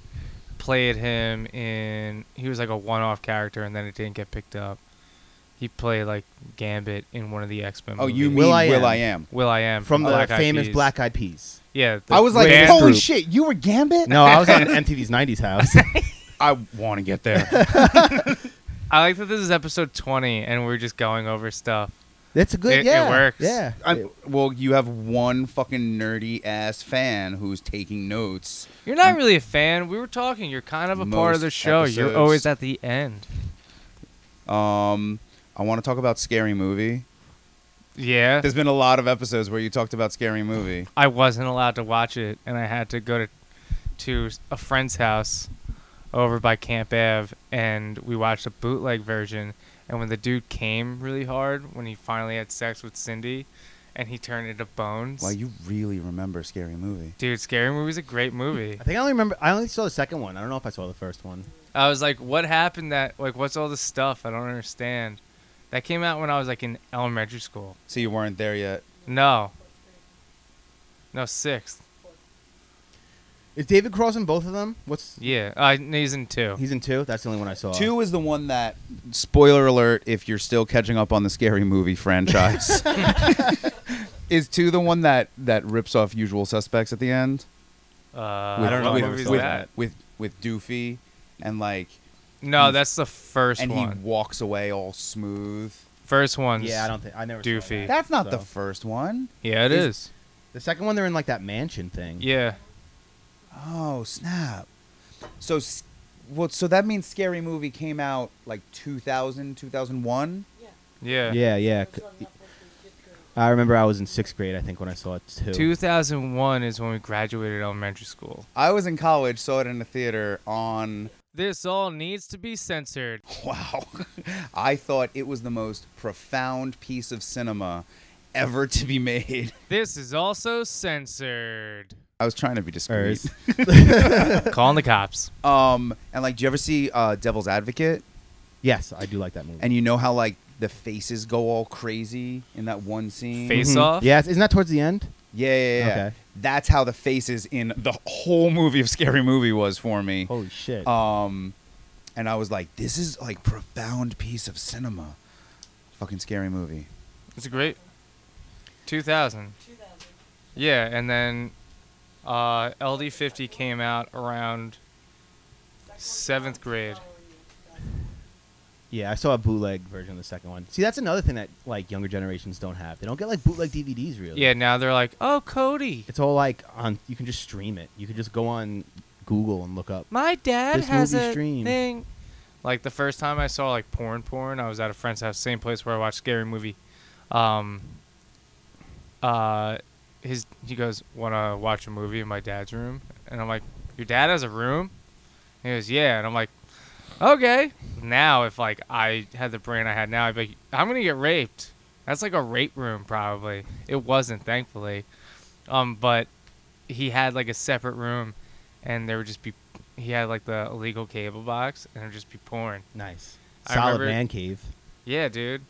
A: played him in. He was like a one-off character, and then it didn't get picked up. He played like Gambit in one of the X Men.
B: Oh, you mean
C: Will
B: Will I,
C: I Am.
B: Am?
A: Will I Am
C: From the
A: Black Eyed
C: famous
A: Peas.
C: Black Eyed Peas.
A: Yeah, the
B: I was like,
A: band
B: holy
A: group.
B: shit, you were Gambit?
C: No, I was on MTV's '90s house.
B: I want to get there.
A: I like that this is episode 20 and we're just going over stuff.
C: That's a good.
A: It- it
C: yeah,
A: works.
C: Yeah.
B: I, well, you have one fucking nerdy ass fan who's taking notes.
A: You're not really a fan. We were talking. You're kind of a part of the
B: Mm. Most
A: show. You're always
B: episodes.
A: at the end.
B: Um, I want to talk about scary movie.
A: Yeah.
B: There's been a lot of episodes where you talked about scary movie.
A: I wasn't allowed to watch it and I had to go to to a friend's house over by Camp Ave and we watched a bootleg version and when the dude came really hard when he finally had sex with Cindy and he turned into bones.
B: Wow, you really remember scary movie.
A: Dude, Scary Movie's a great movie.
C: I think I only remember. I only saw the second one. I don't know if I saw the first one.
A: I was like, what happened that like what's all this stuff? I don't understand. That came out when I was like in elementary school.
B: So you weren't there yet.
A: No. No, sixth.
C: Is David Cross in both of them? What's
A: Yeah. Uh, he's in two.
C: he's in two? That's the only one I saw.
B: Two is the one that, spoiler alert, if you're still catching up on the scary movie franchise, is two the one that that rips off Usual Suspects at the end?
A: Uh,
C: I don't know
A: What
C: if I
A: movie is
C: saw
B: with,
A: that?
B: with with Doofy, and like,
A: No, that's the first
B: and he
A: one.
B: walks away all smooth.
A: First one's.
C: Yeah, I don't think I never. saw
A: Doofy.
C: that.
B: That's not
C: So-
B: the first one.
A: Yeah, it
C: Is-
A: is.
C: The second one, they're in like that mansion thing.
A: Yeah.
B: Oh snap! So, s- well, so that means Scary Movie came out like 2000, 2001?
A: Yeah.
C: Yeah, yeah. c- I remember I was in sixth grade, I think, when I saw it too.
A: 2001 is when we graduated elementary school.
B: I was in college, saw it in the theater on
A: This all needs to be censored.
B: Wow. I thought it was the most profound piece of cinema ever to be made.
A: This is also censored.
B: I was trying to be discreet.
C: Ers.
A: Calling the cops.
B: Um, and like, do you ever see uh, Devil's Advocate?
C: Yes, I do like that movie.
B: And you know how like the faces go all crazy in that one scene.
A: Face-
C: Mhm.
A: off?
C: Yeah, isn't that towards the end?
B: Yeah, yeah, yeah.
C: Okay.
B: That's how the faces in the whole movie of Scary Movie was for me.
C: Holy shit.
A: Oh.
B: Um, and I was like, this is like profound piece of cinema. Fucking scary movie.
A: It's a great 2000.
E: 2000.
A: Yeah, and then uh, LD50 came out around Seventh grade.
C: yeah, I saw a bootleg version of the second one. See, that's another thing that like younger generations don't have. They don't get like bootleg DVDs really.
A: Yeah, now they're like, oh, Cody,
C: It's all like on. You can just stream it. You can just go on Google and look up.
A: my dad
C: This
A: has
C: movie
A: a
C: stream.
A: thing. Like the first time I saw like porn, porn, I was at a friend's house, same place where I watched Scary Movie. Um, uh, his he goes, wanna watch a movie in my dad's room, and I'm like, your dad has a room? He goes, yeah, and I'm like, okay. Now if like I had the brain I had now, I'd be, like, I'm gonna get raped. That's like a rape room probably. It wasn't thankfully, um, but he had like a separate room, and there would just be he had like the illegal cable box, and it would just be porn.
C: Nice.
A: I
C: Solid
A: remember-
C: man cave.
A: Yeah, dude.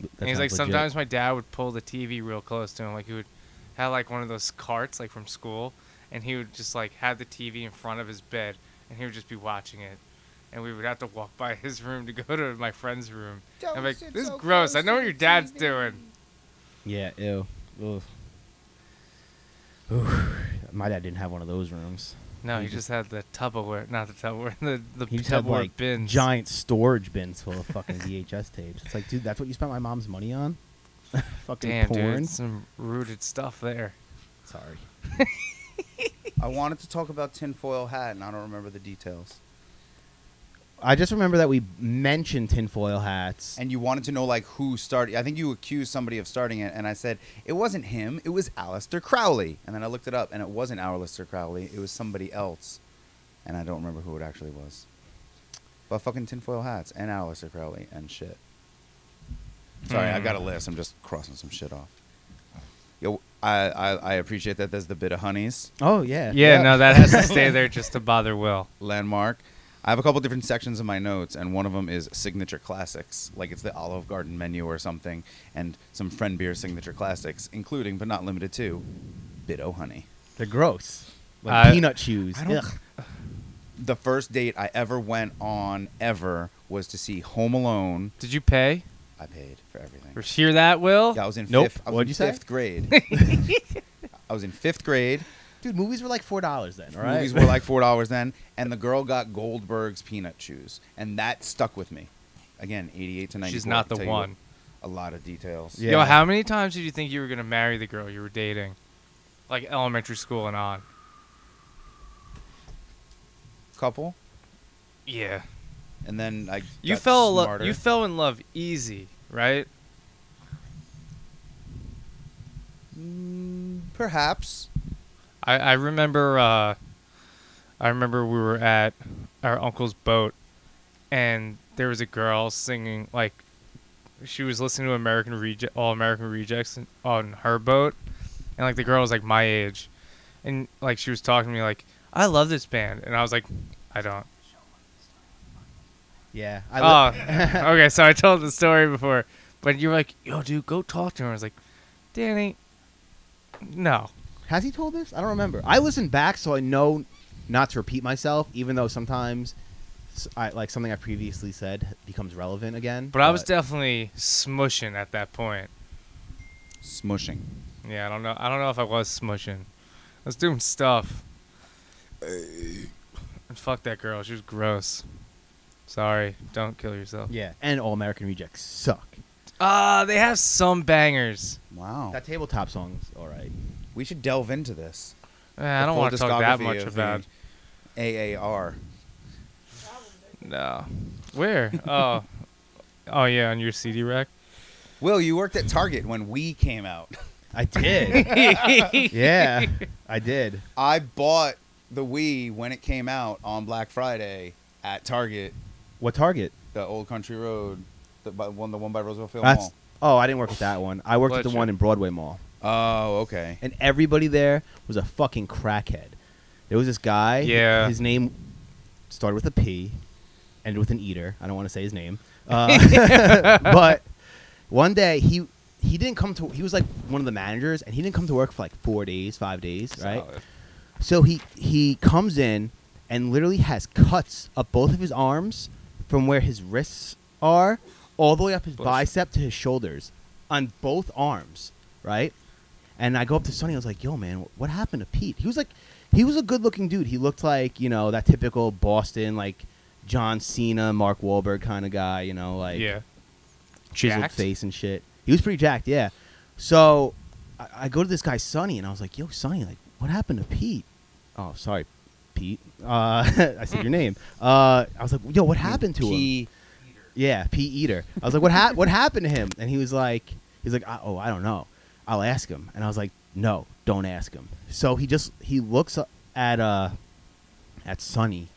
C: That
A: and he's like,
C: sounds legit.
A: sometimes my dad would pull the TV real close to him. Like, he would have, like, one of those carts, like, from school. And he would just, like, have the TV in front of his bed. And he would just be watching it. And we would have to walk by his room to go to my friend's room. I'm like, this is gross. I know what your dad's doing.
C: Yeah. Ew. Ugh. Ooh, my dad didn't have one of those rooms.
A: No,
C: He
A: he just had the Tupperware. Not the Tupperware. The, the
C: He just
A: Tupperware
C: had like
A: bins.
C: giant storage bins full of fucking VHS tapes. It's like, dude, that's what you spent my mom's money on. fucking
A: Damn,
C: porn.
A: dude. Some rooted stuff there.
C: Sorry.
B: I wanted to talk about tinfoil hat, and I don't remember the details.
C: I just remember that we mentioned tinfoil hats.
B: And you wanted to know like who started. I think you accused somebody of starting it, and I said it wasn't him. It was Alistair Crowley. And then I looked it up, and it wasn't Alistair Crowley. It was somebody else, and I don't remember who it actually was. But fucking tinfoil hats and Alistair Crowley and shit. Sorry, I've
A: Hmm.
B: got a list. I'm just crossing some shit off. Yo, I, I, I appreciate that. There's the bit of honeys
C: oh yeah.
A: Yeah, no, that has to stay there just to bother Will.
B: landmark. I have a couple different sections in my notes, and one of them is signature classics, like it's the Olive Garden menu or something, and some friend beer signature classics, including but not limited to Bit O Honey.
C: They're gross. Like
A: Uh,
C: peanut shoes.
B: I don't-
C: Ugh.
B: The first date I ever went on ever was to see Home Alone.
A: Did you pay?
B: I paid for everything.
A: Hear that, Will?
B: Yeah, I was in
C: Nope.
B: fifth. I was
C: What'd
B: in
C: you say?
B: Fifth grade. I was in fifth grade.
C: Dude, movies were like four dollars then. All right.
B: Movies were like four dollars then, and the girl got Goldberg's peanut shoes, and that stuck with me. Again, eighty-eight to ninety.
A: She's not the one.
B: A lot of details.
C: Yeah.
A: Yo, how many times did you think you were gonna marry the girl you were dating, like elementary school and on?
B: Couple,
A: Yeah,
B: and then I.
A: you
B: got
A: fell in love.
B: smarter.
A: You fell in love easy, right?
B: Mm, perhaps.
A: I I remember. Uh, I remember we were at our uncle's boat, and there was a girl singing like, she was listening to American Reject, All American Rejects in- on her boat, and like the girl was like my age, and like she was talking to me like, I love this band, and I was like, I don't.
C: yeah. I li-
A: oh, okay. So I told the story before, but you were like, "Yo, dude, go talk to her." I was like, "Danny, no."
C: Has he told this? I don't remember. I listened back, so I know not to repeat myself, even though sometimes, s I like something I previously said becomes relevant again.
A: But I was definitely smushing at that point.
B: Smushing.
A: Yeah, I don't know. I don't know if I was smushing. I was doing stuff. And fuck that girl. She was gross. Sorry. Don't kill yourself.
C: Yeah, and All American Rejects suck.
A: Ah, they have some bangers.
B: Wow.
C: That tabletop song's all right.
B: we should delve into this.
A: Eh, I
B: The
A: don't
B: full
A: want to talk that
B: discography
A: much
B: of
A: about.
B: the AAR.
A: No. Where? Oh. oh yeah, on your CD rack.
B: Will, you worked at Target when we came out.
C: I did. yeah, I did.
B: I bought the Wii when it came out on Black Friday at Target,
C: What Target?
B: the Old Country Road, the by, one the one by Roosevelt Field
C: That's
B: Mall.
C: oh, I didn't work at that one. I worked at the
A: Fletcher.
C: one in Broadway Mall.
B: Oh, okay.
C: and everybody there was a fucking crackhead. There was this guy.
A: Yeah.
C: His name started with a P, ended with an eater. I don't want to say his name, uh, but one day he he didn't come to. He was like one of the managers, and he didn't come to work for like four days, five days, right?
A: Solid.
C: So he he comes in and literally has cuts up both of his arms from where his wrists are all the way up his
A: Bless.
C: bicep to his shoulders on both arms, right? And I go up to Sonny. I was like, "Yo, man, wh- what happened to Pete?" He was like, he was a good-looking dude. He looked like you know that typical Boston like John Cena, Mark Wahlberg kind of guy. You know, like
A: yeah.
C: chiseled
A: Jacked?
C: face and shit. He was pretty jacked, yeah. So I, I go to this guy Sonny, and I was like, "Yo, Sonny, like, what happened to Pete?" Oh, sorry, Pete. Uh, I said your name. Uh, I was like, "Yo, what happened to him?"
B: P-
C: Yeah, Pete Eater. I was like, "What hap- What happened to him?" And he was like, "He's like, "I- oh, I don't know. I'll ask him." And I was like, "No, don't ask him." So he just he looks u- at uh at Sonny,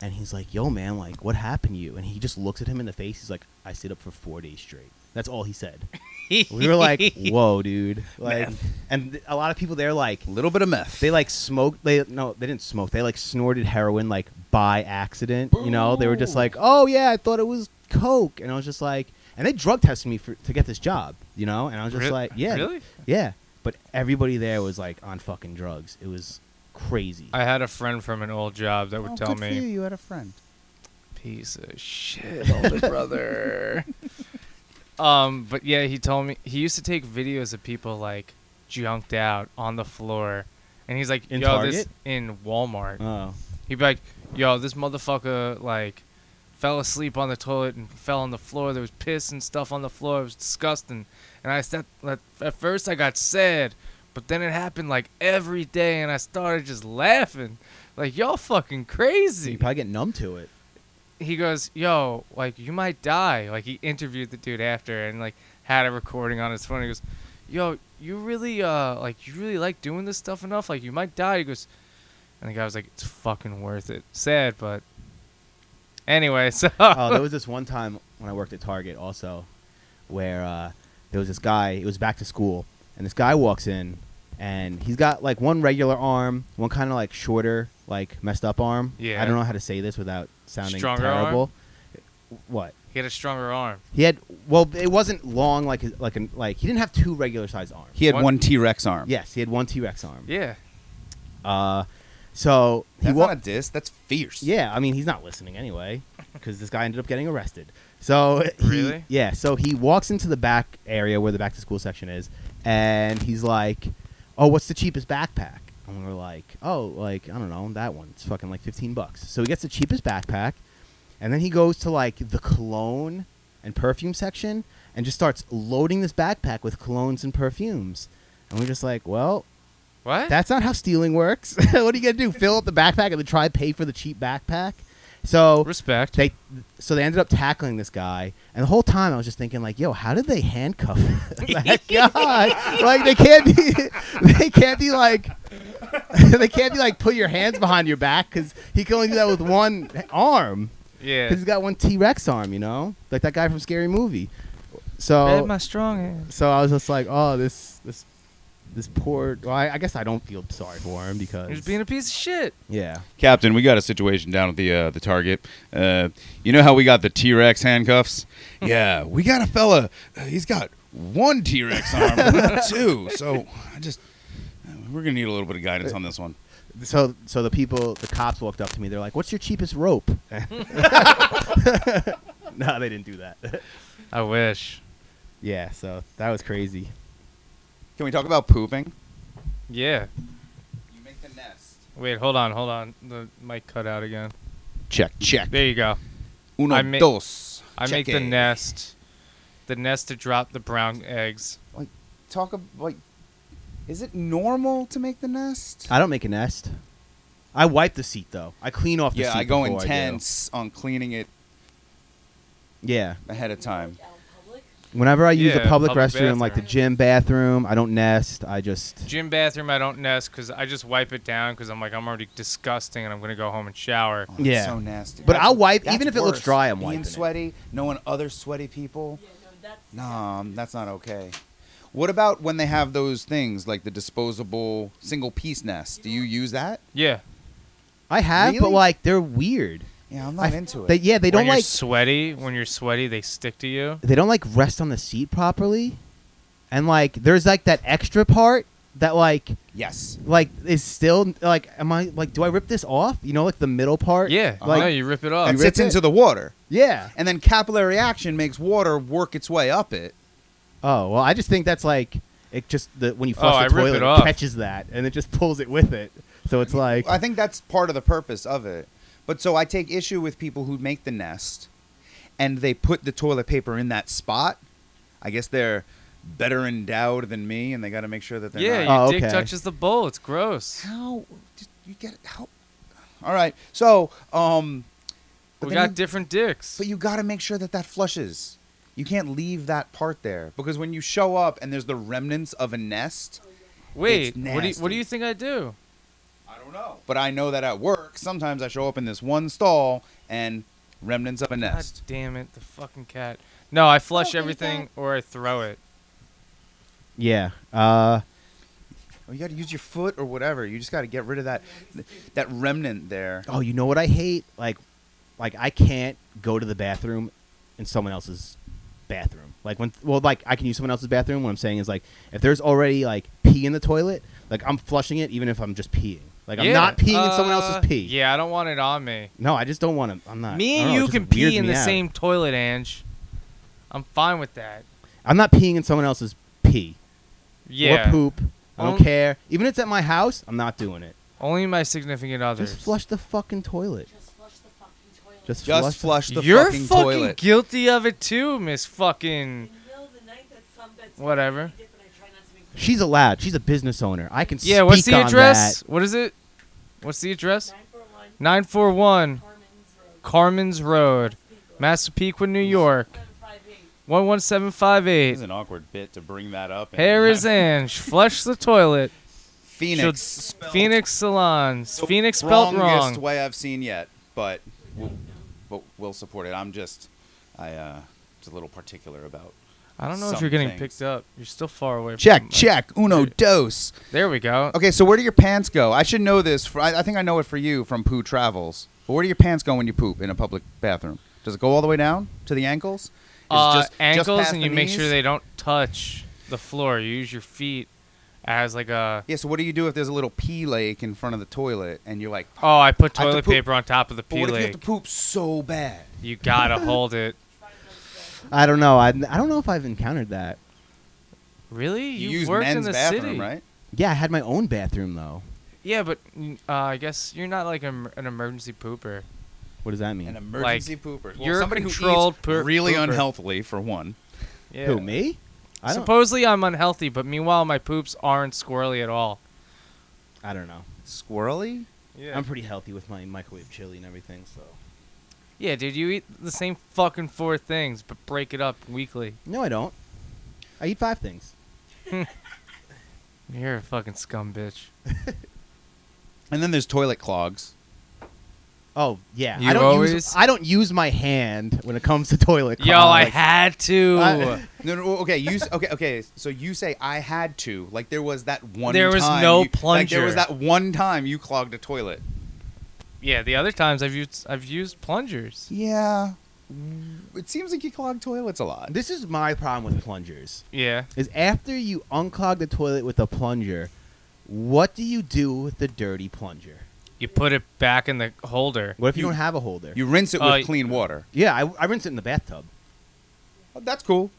C: and he's like, "Yo, man, like, what happened to you?" And he just looks at him in the face. He's like, "I stayed up for four days straight." That's all he said. We were like, "Whoa, dude!" Like, and th- a lot of people there like
B: A little bit of meth.
C: they like smoked. They no, they didn't smoke. They like snorted heroin like by accident. You know, they were just like, "Oh yeah, I thought it was coke," and I was just like, and they drug tested me for to get this job. You know, and I was just
A: Re-
C: like, "Yeah,
A: Really?
C: yeah." But everybody there was like on fucking drugs. It was crazy.
A: I had a friend from an old job that would
B: Oh,
A: tell
B: good
A: me,
B: For you. you had a friend.
A: piece of shit, older brother. um, but yeah, he told me he used to take videos of people like junked out on the floor, and he's like,
C: In
A: "Yo, this
C: Target?
A: in Walmart."
C: oh,
A: He'd be like, "Yo, this motherfucker like fell asleep on the toilet and fell on the floor. There was piss and stuff on the floor. It was disgusting." And I said, like, at first I got sad, but then it happened like every day, and I started just laughing. Like y'all fucking crazy
C: you probably get numb to it.
A: he goes, "Yo, like you might die." Like he interviewed the dude after and like had a recording on his phone. He goes, "Yo, you really uh like you really like doing this stuff enough? Like you might die." He goes, and the guy was like, "It's fucking worth it." Sad, but anyway, so
C: oh, there was this one time when I worked at Target also, where uh, there was this guy. It was back to school, and this guy walks in, and he's got like one regular arm, one kind of like shorter, like messed up arm.
A: Yeah.
C: I don't know how to say this without sounding
A: Stronger arm?
C: terrible. What?
A: he had a stronger arm.
C: He had well, it wasn't long like his- like an, like he didn't have two regular sized arms.
B: He had
A: One-
B: one, T Rex arm.
C: yes, he had one T Rex arm.
A: Yeah,
C: Uh, so he
B: That's
C: wa-
B: not a diss. That's fierce.
C: Yeah, I mean he's not listening anyway, because this guy ended up getting arrested. So he-
A: Really?
C: yeah. So he walks into the back area where the back to school section is, and he's like, "Oh, what's the cheapest backpack?" And we're like, "Oh, like I don't know, that one. It's fucking like fifteen bucks." So he gets the cheapest backpack, and then he goes to like the cologne and perfume section and just starts loading this backpack with colognes and perfumes. And we're just like, "Well,
A: what?
C: that's not how stealing works. what are you gonna do? Fill up the backpack and then try to pay for the cheap backpack? So
A: respect.
C: they so they ended up tackling this guy, and the whole time I was just thinking like, yo, how did they handcuff that guy? like they can't be they can't be like they can't be like put your hands behind your back because he can only do that with one arm
A: yeah,
C: because he's got one T Rex arm, you know, like that guy from Scary Movie. So
A: Grab my strong hand.
C: so I was just like, oh, this this this poor. Well, I, I guess I don't feel sorry for him because
A: He was being a piece of shit.
C: yeah.
B: Captain, we got a situation down at the uh, the Target. Uh, you know how we got the T Rex handcuffs?
A: Hmm.
B: yeah, we got a fella. Uh, he's got one T Rex arm, not two. So I just uh, we're gonna need a little bit of guidance on this one.
C: So so the people, the cops walked up to me. They're like, what's your cheapest rope? no, they didn't do that.
A: I wish.
C: yeah, so that was crazy.
B: Can we talk about pooping?
A: Yeah.
B: You make the nest.
A: Wait, hold on, hold on. The mic cut out again.
B: Check, check.
A: There you go.
B: Uno,
A: I ma-
B: dos.
A: I make
B: Cheque.
A: the nest. The nest to drop the brown eggs.
B: Like, talk about like, is it normal to make the nest?
C: I don't make a nest. I wipe the seat though. I clean off the
B: yeah,
C: seat.
B: I go
C: before do.
B: intense on cleaning it
C: yeah.
B: ahead of time.
E: Out in public?
C: Whenever I use a
A: Yeah,
C: public,
A: public
C: restroom, like the
A: bathroom.
C: gym bathroom, I don't nest. I just
A: Gym bathroom, I don't nest because I just wipe it down because I'm like I'm already disgusting and I'm gonna go home and shower.
B: Oh, that's
C: Yeah.
B: so nasty.
C: But
B: That's-
C: I'll wipe-
B: that's
C: even if it looks
B: worse.
C: dry, I'm
B: Being
C: wiping it.
B: sweaty, knowing other sweaty people.
E: Yeah, no, that's
B: No, um, that's not okay. What about when they have those things like the disposable single piece nest? Do you use that?
A: Yeah,
C: I have, but
B: Really?
C: like they're weird.
B: Yeah, I'm not
C: I-
B: into it.
C: They, yeah, they
A: when
C: don't
A: you're
C: like
A: sweaty. When you're sweaty, they stick to you.
C: they don't like rest on the seat properly, and like there's like that extra part that like
B: yes.
C: like is still like am I like do I rip this off? You know, like the middle part.
A: Yeah,
C: Like
A: no, you rip it off.
B: It sits
C: Oh, rip it?
B: into the water.
C: yeah.
B: And then capillary action makes water work its way up it.
C: Oh well, I just think that's like it just the when you
A: Oh,
C: flush
A: I
C: the
A: rip
C: toilet,
A: it
C: it,
A: off.
C: catches that and it just pulls it with it. So it's like
B: I think that's part of the purpose of it. But so I take issue with people who make the nest and they put the toilet paper in that spot. I guess they're better endowed than me and they got to make sure that they're
A: yeah,
B: not.
A: your
C: Oh,
A: dick
C: okay.
A: touches the bowl. It's gross.
B: How did you get help? All right. So, um but
A: we
B: then
A: got
B: you-
A: different dicks.
B: But you got to make sure that that flushes. You can't leave that part there because when you show up and there's the remnants of a nest,
A: Wait, what do you, what
B: nasty.
A: do you think I do?
B: I don't know. But I know that at work, sometimes I show up in this one stall and remnants of a
A: God
B: nest.
A: damn it, the fucking cat. No, I flush
E: Fucking
A: everything
E: cat.
A: or I throw it.
C: yeah. Uh,
B: Oh, you got to use your foot or whatever. You just got to get rid of that that remnant there.
C: oh, you know what I hate? Like like I can't go to the bathroom in someone else's bathroom. Like when well like I can use someone else's bathroom. What I'm saying is like if there's already like pee in the toilet, like I'm flushing it even if I'm just peeing. Like I'm
A: Yeah,
C: not peeing in someone
A: uh,
C: else's pee.
A: Yeah, I don't want it on me.
C: No, I just don't want to. I'm not.
A: me
C: I don't
A: and
C: know, it
A: you
C: just
A: can
C: weirds
A: pee in
C: me
A: the
C: out.
A: same toilet, Ange. I'm fine with that.
C: I'm not peeing in someone else's pee
A: Yeah.
C: or poop. I don't
A: Um,
C: care. Even if it's at my house, I'm not doing it.
A: Only my significant others.
C: Just flush the fucking toilet.
E: just flush the fucking toilet.
C: Just,
B: Just flush
C: flush.
B: the
A: You're
B: fucking,
A: fucking,
B: toilet.
A: guilty of it too, Miss Fucking.
E: in the middle of the night, that's some that's
A: Whatever.
E: Different. I try not to make
C: the- She's allowed. She's a business owner. I can.
A: Yeah, what's
C: speak
A: the
C: on
A: address?
C: that.
A: What is it? What's the address?
E: 941
A: 941
E: Carmen's Road.
A: Carmen's Road,
E: People.
A: Massapequa, New York,
E: 758.
A: 11758.
B: an awkward bit to bring that up.
A: Here is Ange. Flush the toilet.
B: Phoenix.
A: She'll-
B: spelled
A: Phoenix Salons.
B: the
A: Phoenix spelled
B: wrongest
A: wrong.
B: way I've seen yet, but we'll, but we'll support it. I'm just, I uh, just a little particular about.
A: I don't know if
B: some
A: you're getting
B: things.
A: picked up. You're still far away.
B: Check,
A: from the mic.
B: check, uno, dos.
A: There we go.
B: Okay, so where do your pants go? I should know this. For, I, I think I know it for you from Poo Travels. But where do your pants go when you poop in a public bathroom? Does it go all the way down to the ankles? Is it
A: Uh,
B: just- just
A: ankles,
B: past
A: and
B: the
A: you make sure
B: knees?
A: they don't touch the floor. You use your feet as like a.
B: Yeah, so what do you do if there's a little pee lake in front of the toilet and you're like,
A: Oh, I put
B: I have to
A: toilet
B: poop.
A: paper on top of the
B: but
A: pee
B: what if you
A: lake.
B: have to poop so bad?
A: You gotta hold it.
C: I don't know. I, I don't know if I've encountered that.
A: Really?
B: You,
A: You,
B: use
A: worked
B: men's
A: in the
B: bathroom,
A: city,
B: right?
C: Yeah, I had my own bathroom though.
A: Yeah, but mm, uh, I guess you're not like em- an emergency pooper.
C: What does that mean?
B: An emergency pooper. Well,
A: you're a
B: somebody who
A: controlled
B: eats
A: per-
B: really
A: pooper.
B: unhealthily for one.
A: Yeah.
C: Who me? I don't.
A: Supposedly I'm unhealthy, but meanwhile my poops aren't squirrely at all.
C: I don't know.
B: Squirrely?
A: Yeah.
C: I'm pretty healthy with my microwave chili and everything. So.
A: yeah, dude, you eat the same fucking four things, but break it up weekly.
C: No, I don't. I eat five things.
A: You're a fucking scum bitch.
B: And then there's toilet clogs.
C: Oh yeah,
A: You
C: I don't
A: always-
C: use. I don't use my hand when it comes to toilet.
A: Yo, I
C: clogs.
A: had to.
C: I-
B: No, no, okay, you s- okay, okay. So you say I had to, like there was that one.
A: There was
B: time
A: no
B: you- Like there was
A: plunger.
B: that one time you clogged a toilet.
A: yeah, the other times I've used I've used plungers.
B: Yeah, it seems like you clog toilets a lot.
C: This is my problem with plungers.
A: Yeah.
C: Is after you unclog the toilet with a plunger, what do you do with the dirty plunger?
A: You put it back in the holder.
C: What if you,
B: You-
C: don't have a holder?
B: You rinse it with
A: Uh,
B: clean water.
C: yeah, I, I rinse it in the bathtub.
B: Oh, that's cool.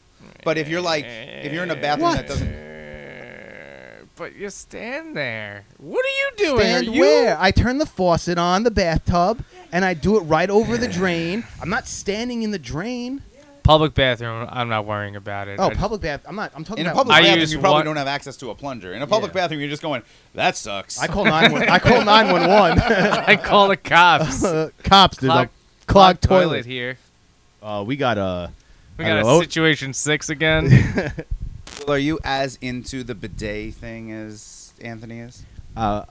B: But if you're like, if you're in a bathroom
C: What?
B: that doesn't,
A: Uh, But you stand there. What are you doing?
C: Stand
A: are you
C: where? I turn the faucet on the bathtub and I do it right over the drain. I'm not standing in the drain.
A: Public bathroom, I'm not worrying about it.
C: Oh,
A: I-
C: public bath. I'm not. I'm talking
B: in a
C: about.
B: public
A: I
B: bathroom,
A: use
B: you probably
A: one-
B: don't have access to a plunger. In a public
C: Yeah.
B: bathroom, you're just going, that sucks.
C: I call nine. I call nine one one.
A: I call the cops.
C: Cops, there's
A: Clog-
C: a clogged
A: toilet
C: toilet.
A: here.
C: Uh, we got a.
A: We got
C: Hello?
A: a situation six again.
B: Well, are you as into the bidet thing as Anthony is?
C: Uh,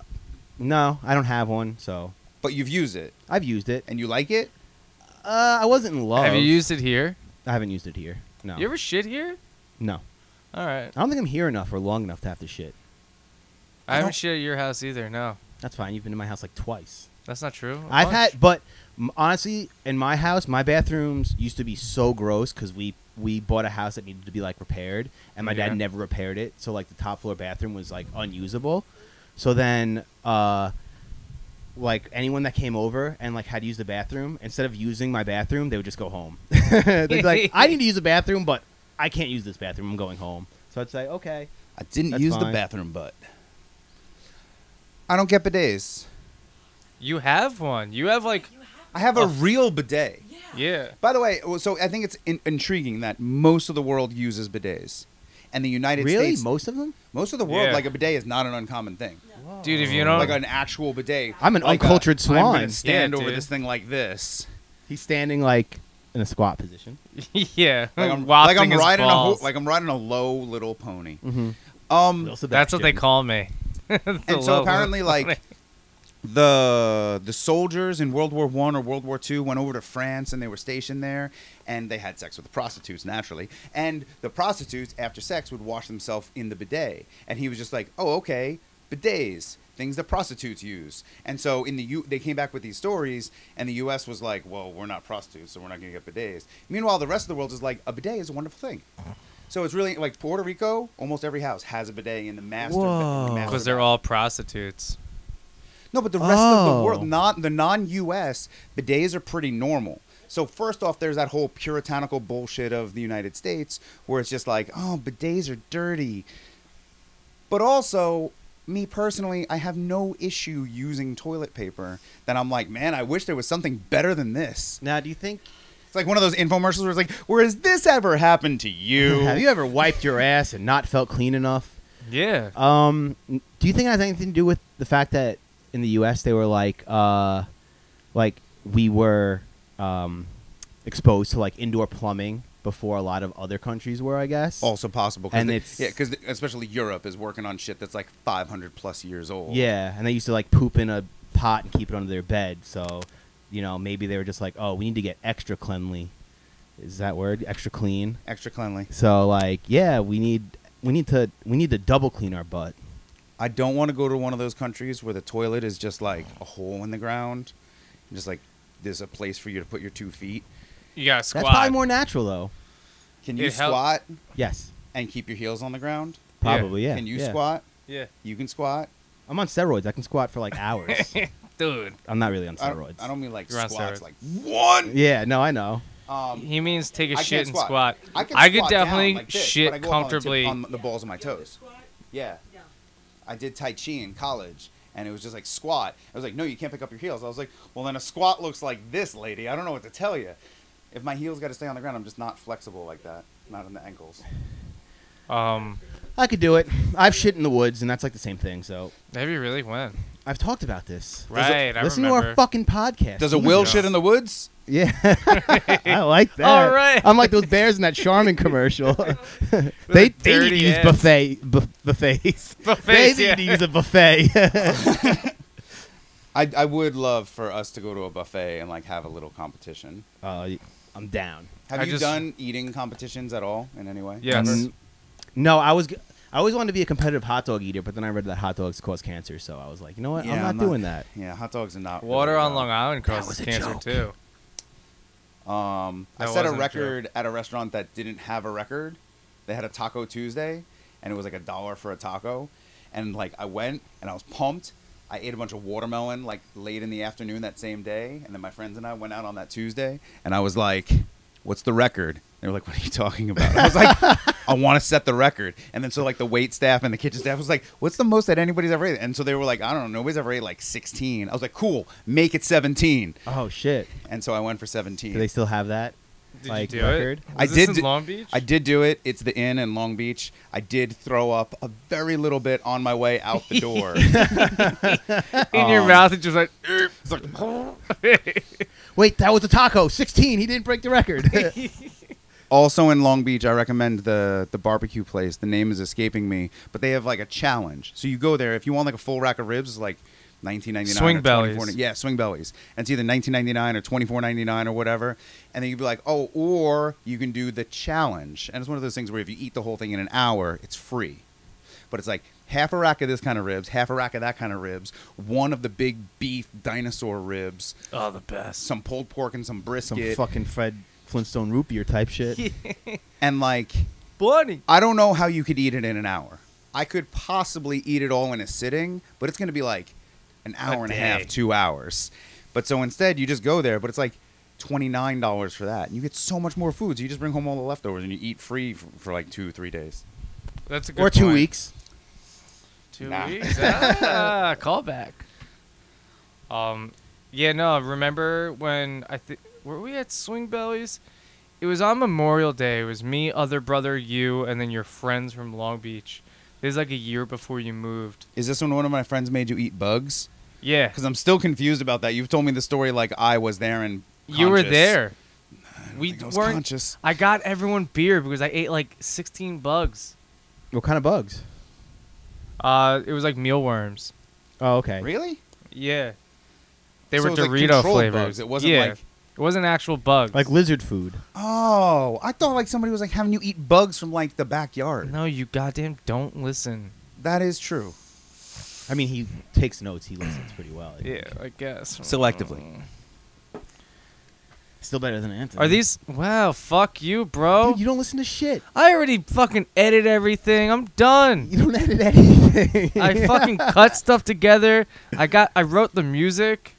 C: no, I don't have one, so
B: But you've used it
C: I've used it.
B: and you like it.
C: Uh, I wasn't in love.
A: Have you used it here?
C: I haven't used it here. No.
A: You ever shit here?
C: no.
A: All right.
C: I don't think I'm here enough or long enough to have to shit.
A: I haven't shit at your house either. No,
C: That's fine. You've been to my house like twice.
A: that's not true. A
C: I've
A: bunch.
C: had, but m- honestly, in my house, my bathrooms used to be so gross because we we bought a house that needed to be like repaired, and my
A: Yeah.
C: dad never repaired it, so like the top floor bathroom was like unusable. So then, uh, like anyone that came over and like had to use the bathroom, instead of using my bathroom, they would just go home. They'd be like, I need to use the bathroom, but I can't use this bathroom. I'm going home. So I'd say, okay,
B: I didn't
C: That's
B: use the
C: fine.
B: bathroom, but I don't get bidets.
A: You have one. You have like
E: You have.
B: I have a
A: Oh.
B: real bidet.
E: Yeah.
A: yeah.
B: By the way, well, so I think it's in- intriguing that most of the world uses bidets, and the United
C: really?
B: States,
C: Most of them?
B: most of the world,
A: Yeah.
B: like a bidet, is not an uncommon thing.
A: Dude, if you don't
B: Oh. Like an actual bidet.
C: I'm an
B: like a-
C: uncultured
B: I'm
C: swan.
B: gonna stand
A: Yeah,
B: over
A: dude.
B: this thing like this.
C: He's standing like in a squat position.
A: yeah,
B: Like I'm, like
A: wafting
B: I'm
A: his
B: riding a ho-
A: balls.
B: like I'm riding a low little pony.
C: Mm-hmm.
B: Um,
A: That's what they call me.
B: and so apparently like the the soldiers in World War One or World War Two went over to France and they were stationed there and they had sex with the prostitutes naturally and the prostitutes after sex would wash themselves in the bidet and he was just like oh okay bidets things that prostitutes use and so in the U they came back with these stories and the U.S. was like well we're not prostitutes so we're not gonna get bidets meanwhile the rest of the world is like a bidet is a wonderful thing. So it's really like Puerto Rico. Almost every house has a bidet in the master.
C: Whoa.
A: because they're
B: all.
A: all prostitutes.
B: No, but the rest of the
C: Oh.
B: world, not the non-U.S. bidets are pretty normal. So first off, there's that whole puritanical bullshit of the United States, where it's just like, oh, bidets are dirty. But also, me personally, I have no issue using toilet paper. That I'm like, man, I wish there was something better than this.
C: Now, do you think?
B: It's like one of those infomercials where it's like, where has this ever happened to you?
C: Have you ever wiped your ass and not felt clean enough?
A: Yeah.
B: Uh,
C: Um, n- do you think it has anything to do with the fact that in the U.S. they were like, uh, like we were um, exposed to like indoor plumbing before a lot of other countries were, I guess.
B: also possible, 'cause
C: And
B: the-
C: it's-
B: yeah, because especially Europe is working on shit that's like 500 plus years old.
C: Yeah, and they used to like poop in a pot and keep it under their bed. So, you know, maybe they were just like, oh, we need to get extra cleanly. Is that word extra clean?
B: extra cleanly.
C: So like, yeah, we need we need to we need to double clean our butt.
B: I don't want to go to one of those countries where the toilet is just like a hole in the ground, and just like there's a place for you to put your two feet.
A: You got to squat.
C: That's probably more natural though.
B: Can you
A: It help-
B: squat
C: Yes,
B: and keep your heels on the ground?
C: probably. Yeah.
B: Can you
C: yeah.
B: squat?
A: yeah.
B: You can squat.
C: I'm on steroids. I can squat for like hours.
A: Dude,
C: I'm not really on
B: I don't,
C: steroids.
B: I don't mean like
A: You're on
B: squats,
A: steroids.
B: like one.
C: Yeah, no, I know.
B: Um,
A: he means take a
B: I
A: shit
B: can't
A: and
B: squat.
A: squat.
B: I, can
A: I could
B: squat down
A: definitely
B: like this,
A: shit
B: but I go up on the tip-
A: comfortably.
B: on the balls of my
E: You have the
B: toes.
E: squat?
B: Yeah,
E: No.
B: I did Tai Chi in college, and it was just like squat. I was like, no, you can't pick up your heels. I was like, well, then a squat looks like this, lady. I don't know what to tell you. If my heels got to stay on the ground, I'm just not flexible like that. Not in the ankles.
A: um,
C: I could do it. I've shit in the woods, and that's like the same thing. So
A: maybe really when.
C: I've talked about
B: Does
C: this.
B: it-
A: Right. I
C: Listen to
A: remember.
C: our fucking podcast.
B: Does a will
A: Jesus.
B: shit in the woods?
C: Yeah, I like that.
A: All right.
C: I'm like those bears in that Charmin commercial. they they need to
A: dirty
C: use
A: ass.
C: buffet bu- buffets.
A: Buffets,
C: They need
A: yeah.
C: to use a buffet.
B: I, I would love for us to go to a buffet and like have a little competition.
C: uh, I'm down.
B: Have
A: I
B: you
A: just-
B: done eating competitions at all in any way?
A: Yes.
B: Ever?
C: Mm, No, I was. g- I always wanted to be a competitive hot dog eater, but then I read that hot dogs cause cancer, so I was like, you know what?
B: Yeah,
C: I'm, not
B: I'm not-
C: doing that.
B: Yeah, hot dogs are not.
A: Water
B: really
A: on
B: uh,
A: Long Island
C: That
A: causes
C: was a
A: cancer
C: joke.
A: too.
B: Um, I
A: That
B: set a
A: wasn't a joke.
B: record at a restaurant that didn't have a record. They had a Taco Tuesday, and it was like a dollar for a taco. And like I went, and I was pumped. I ate a bunch of watermelon like late in the afternoon that same day, and then my friends and I went out on that Tuesday, and I was like, "What's the record?" They were like, "What are you talking about?" I was like, "I want to set the record." And then so like the wait staff and the kitchen staff was like, "What's the most that anybody's ever ate?" And so they were like, "I don't know, nobody's ever ate like 16." I was like, "Cool, make it 17."
C: Oh shit!
B: And so I went for 17.
C: Do they still have that?
A: Did
C: Like,
A: you do
C: record?
A: it?
B: I
A: Was this
B: did
A: in
B: d-
A: Long Beach.
B: I did do it. It's the inn in Long Beach. I did throw up a very little bit on my way out the door.
A: in your
B: Um,
A: mouth. It just like.
B: It's like,
C: Wait, that was a taco. 16. He didn't break the record.
B: Also in Long Beach, I recommend the the barbecue place. The name is escaping me, but they have like a challenge. So you go there if you want like a full rack of ribs, like. 1999
A: Swing
B: or
A: bellies.
B: 24 yeah swing bellies and it's either 1999 or 24.99 or whatever and then you'd be like oh or you can do the challenge and it's one of those things where if you eat the whole thing in an hour it's free but it's like half a rack of this kind of ribs, half a rack of that kind of ribs, one of the big beef dinosaur ribs,
A: Oh, the best.
B: some pulled pork and some
C: Some
B: brisket,
C: fucking Fred Flintstone root beer type shit.
B: and like
A: Bloody.
B: I don't know how you could eat it in an hour. I could possibly eat it all in a sitting, but it's going to be like an hour and a half,
A: day.
B: two hours. But so instead, you just go there, but it's like twenty nine dollars for that, and you get so much more food. So you just bring home all the leftovers and you eat free for, for like two, three days.
A: That's a good
C: or two
A: point.
C: weeks.
A: Two
B: Nah.
A: weeks. Ah, callback. Um, yeah, no. Remember when I think were we at Swing Bellies? It was on Memorial Day. It was me, other brother, you, and then your friends from Long Beach. This is like a year before you moved.
B: Is this when one of my friends made you eat bugs?
A: Yeah,
B: Because I'm still confused about that. You've told me the story like I was there and
A: you were
B: conscious.
A: there.
B: I
A: We
B: think I was
A: weren't.
B: conscious.
A: I got everyone beer because I ate like 16 bugs.
C: What kind of bugs?
A: Uh, it was like mealworms.
C: Oh, okay.
B: Really?
A: Yeah, they
B: So
A: were
B: it was, like,
A: Dorito
B: controlled
A: flavors.
B: bugs. It wasn't,
A: Yeah.
B: like-
A: it wasn't actual bugs.
C: Like lizard food.
B: Oh, I thought like somebody was like having you eat bugs from like the backyard.
A: no, you goddamn don't listen.
B: That is true.
C: I mean, he takes notes. He listens pretty well. I
A: Yeah,
C: think.
A: I guess.
B: Selectively.
C: Still better than Anthony.
A: Are these? Wow, fuck you, bro.
C: Dude, you don't listen to shit.
A: I already fucking edit everything. I'm done.
C: You don't edit anything.
A: I fucking cut stuff together. I got. I wrote the music.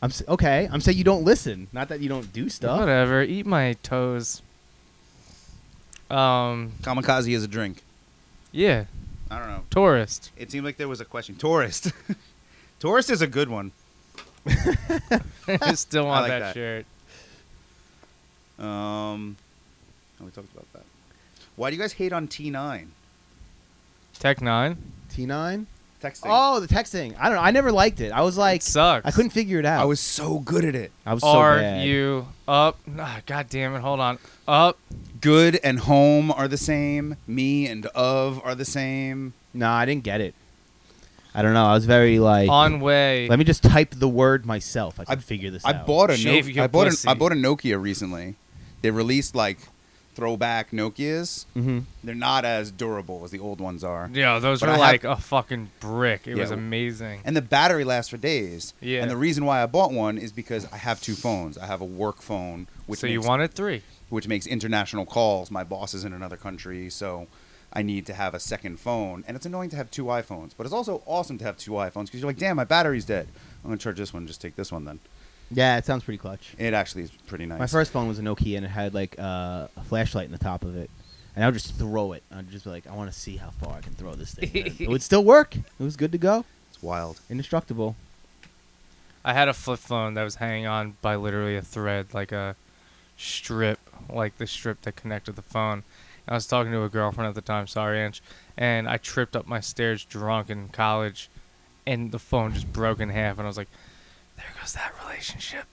C: I'm s- okay. I'm saying you don't listen. Not that you don't do stuff.
A: Whatever. Eat my toes. Um.
B: Kamikaze is a drink.
A: Yeah.
B: I don't know.
A: Tourist.
B: It seemed like there was a question. Tourist. Tourist is a good one.
A: I still want
B: like
A: that,
B: that.
A: shirt.
B: Um, oh, we talked about that. Why do you guys hate on T9?
A: Tech Nine.
C: T9.
B: Texting.
C: Oh, the texting. I don't know. I never liked it. I was like,
A: it sucks.
C: I couldn't figure it out.
B: I was so good at it.
C: I was so
A: Are
C: bad.
A: you up? Ah, God damn it! Hold on. Up.
B: Good and home are the same. Me and of are the same.
C: No, I didn't get it. I don't know. I was very like.
A: On way.
C: let me just type the word myself. I can
B: I-
C: figure this
B: I
C: out.
B: bought a
A: Shave
B: Nokia.
A: your
B: I bought
A: pussy.
B: a, I bought a Nokia recently. They released like throwback Nokias.
C: hmm
B: They're not as durable as the old ones are.
A: Yeah, those
B: But
A: were
B: I
A: like
B: have-
A: a fucking brick. It
B: Yeah.
A: was amazing.
B: And the battery lasts for days.
A: Yeah.
B: And the reason why I bought one is because I have two phones. I have a work phone, which
A: so
B: makes,
A: you wanted three.
B: which makes international calls. My boss is in another country, so I need to have a second phone. And it's annoying to have two iPhones, but it's also awesome to have two iPhones because you're like, damn, my battery's dead. I'm gonna charge this one. Just take this one then.
C: Yeah, it sounds pretty clutch.
B: It actually is pretty nice.
C: My first phone was a Nokia, and it had like uh, a flashlight in the top of it. And I would just throw it. I'd just be like, I want to see how far I can throw this thing. And it would still work. It was good to go.
B: It's wild.
C: Indestructible.
A: I had a flip phone that was hanging on by literally a thread, like a strip, like the strip that connected the phone. I was talking to a girlfriend at the time, sorry, Ange, and I tripped up my stairs drunk in college, and the phone just broke in half, and I was like, there goes that relationship.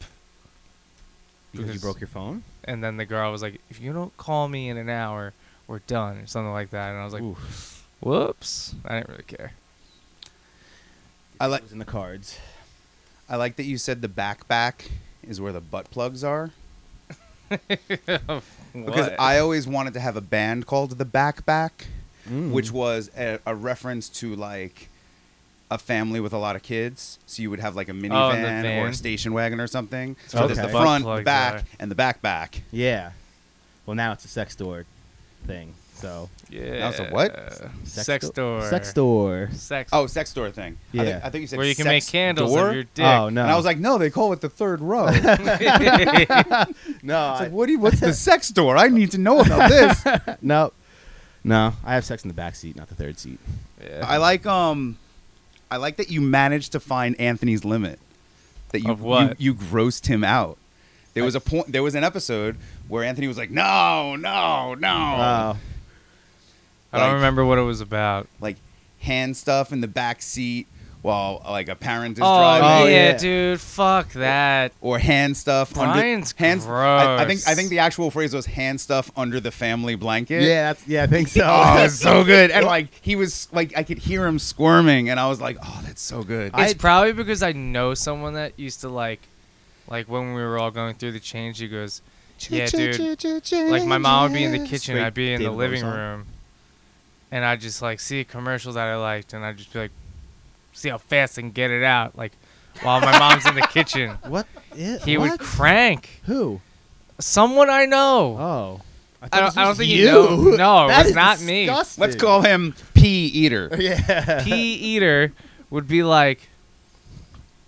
C: Because you
A: Because-
C: broke your phone.
A: And then the girl was like, if you don't call me in an hour, we're done, or something like that. And I was like,
C: Oof.
A: whoops. I didn't really care.
B: I like.
C: It was in the cards.
B: I like that you said the backpack is where the butt plugs are because
A: What?
B: I always wanted to have a band called the Backpack,
A: Hmm.
B: which was a, a reference to like a family with a lot of kids. So you would have like a minivan
A: Oh, the
B: or
A: van.
B: a station wagon or something. So there's the
C: Okay.
B: front,
A: Butt
B: the
A: plugs
B: back,
A: are.
B: and the backpack.
C: Yeah. Well, now it's a sex door thing. So
A: Yeah.
B: was a what?
A: Sex, store.
C: Sex door.
A: Sex.
B: Oh, sex store thing. I
C: Yeah.
B: think, I think you said
A: where you can make
B: sex
A: candles
B: door.
A: of your dick.
C: Oh no.
B: And I was like, no, they call it the third row. it's
C: no, I,
B: like, what do you, what's the sex door? I need to know about this.
C: no, no. I have sex in the back seat, not the third seat.
A: Yeah.
B: I like um, I like that you managed to find Anthony's limit. That you
A: Of what?
B: You, you grossed him out. There was a point. There was an episode where Anthony was like, "No, no, no!"
A: Oh,
C: Wow.
A: I don't
B: like-
A: remember what it was about.
B: Like hand stuff in the back seat, while like a parent is
A: Oh,
B: driving.
A: yeah,
C: Oh, yeah.
A: dude, fuck that.
B: Or hand stuff
A: Brian's
B: under hand. I, I think I
A: gross.
B: think the actual phrase was hand stuff under the family blanket.
C: Yeah, that's, yeah, I think so.
B: Oh, it's so good. And like he was like I could hear him squirming, and I was like, oh, that's so good.
A: It's
C: I-
A: probably because I know someone that used to like, like when we were all going through the change, he goes, yeah, dude. Like my mom would be in the kitchen,
B: Wait,
A: I'd be in the
C: David Bowie
A: living
C: song?
A: room, and I'd just like see a commercial that I liked, and I'd just be like, see how fast I can get it out, like while my mom's in the kitchen.
C: What? Yeah,
A: He would
C: what?
A: crank
C: Who?
A: someone I know.
C: Oh.
A: I
C: this
A: don't, I don't
C: was
A: think
C: you.
A: you know. No, it
C: That
A: was
C: is
A: not
C: disgusting.
B: Let's call him P Eater.
C: Yeah.
A: me. P eater would be like,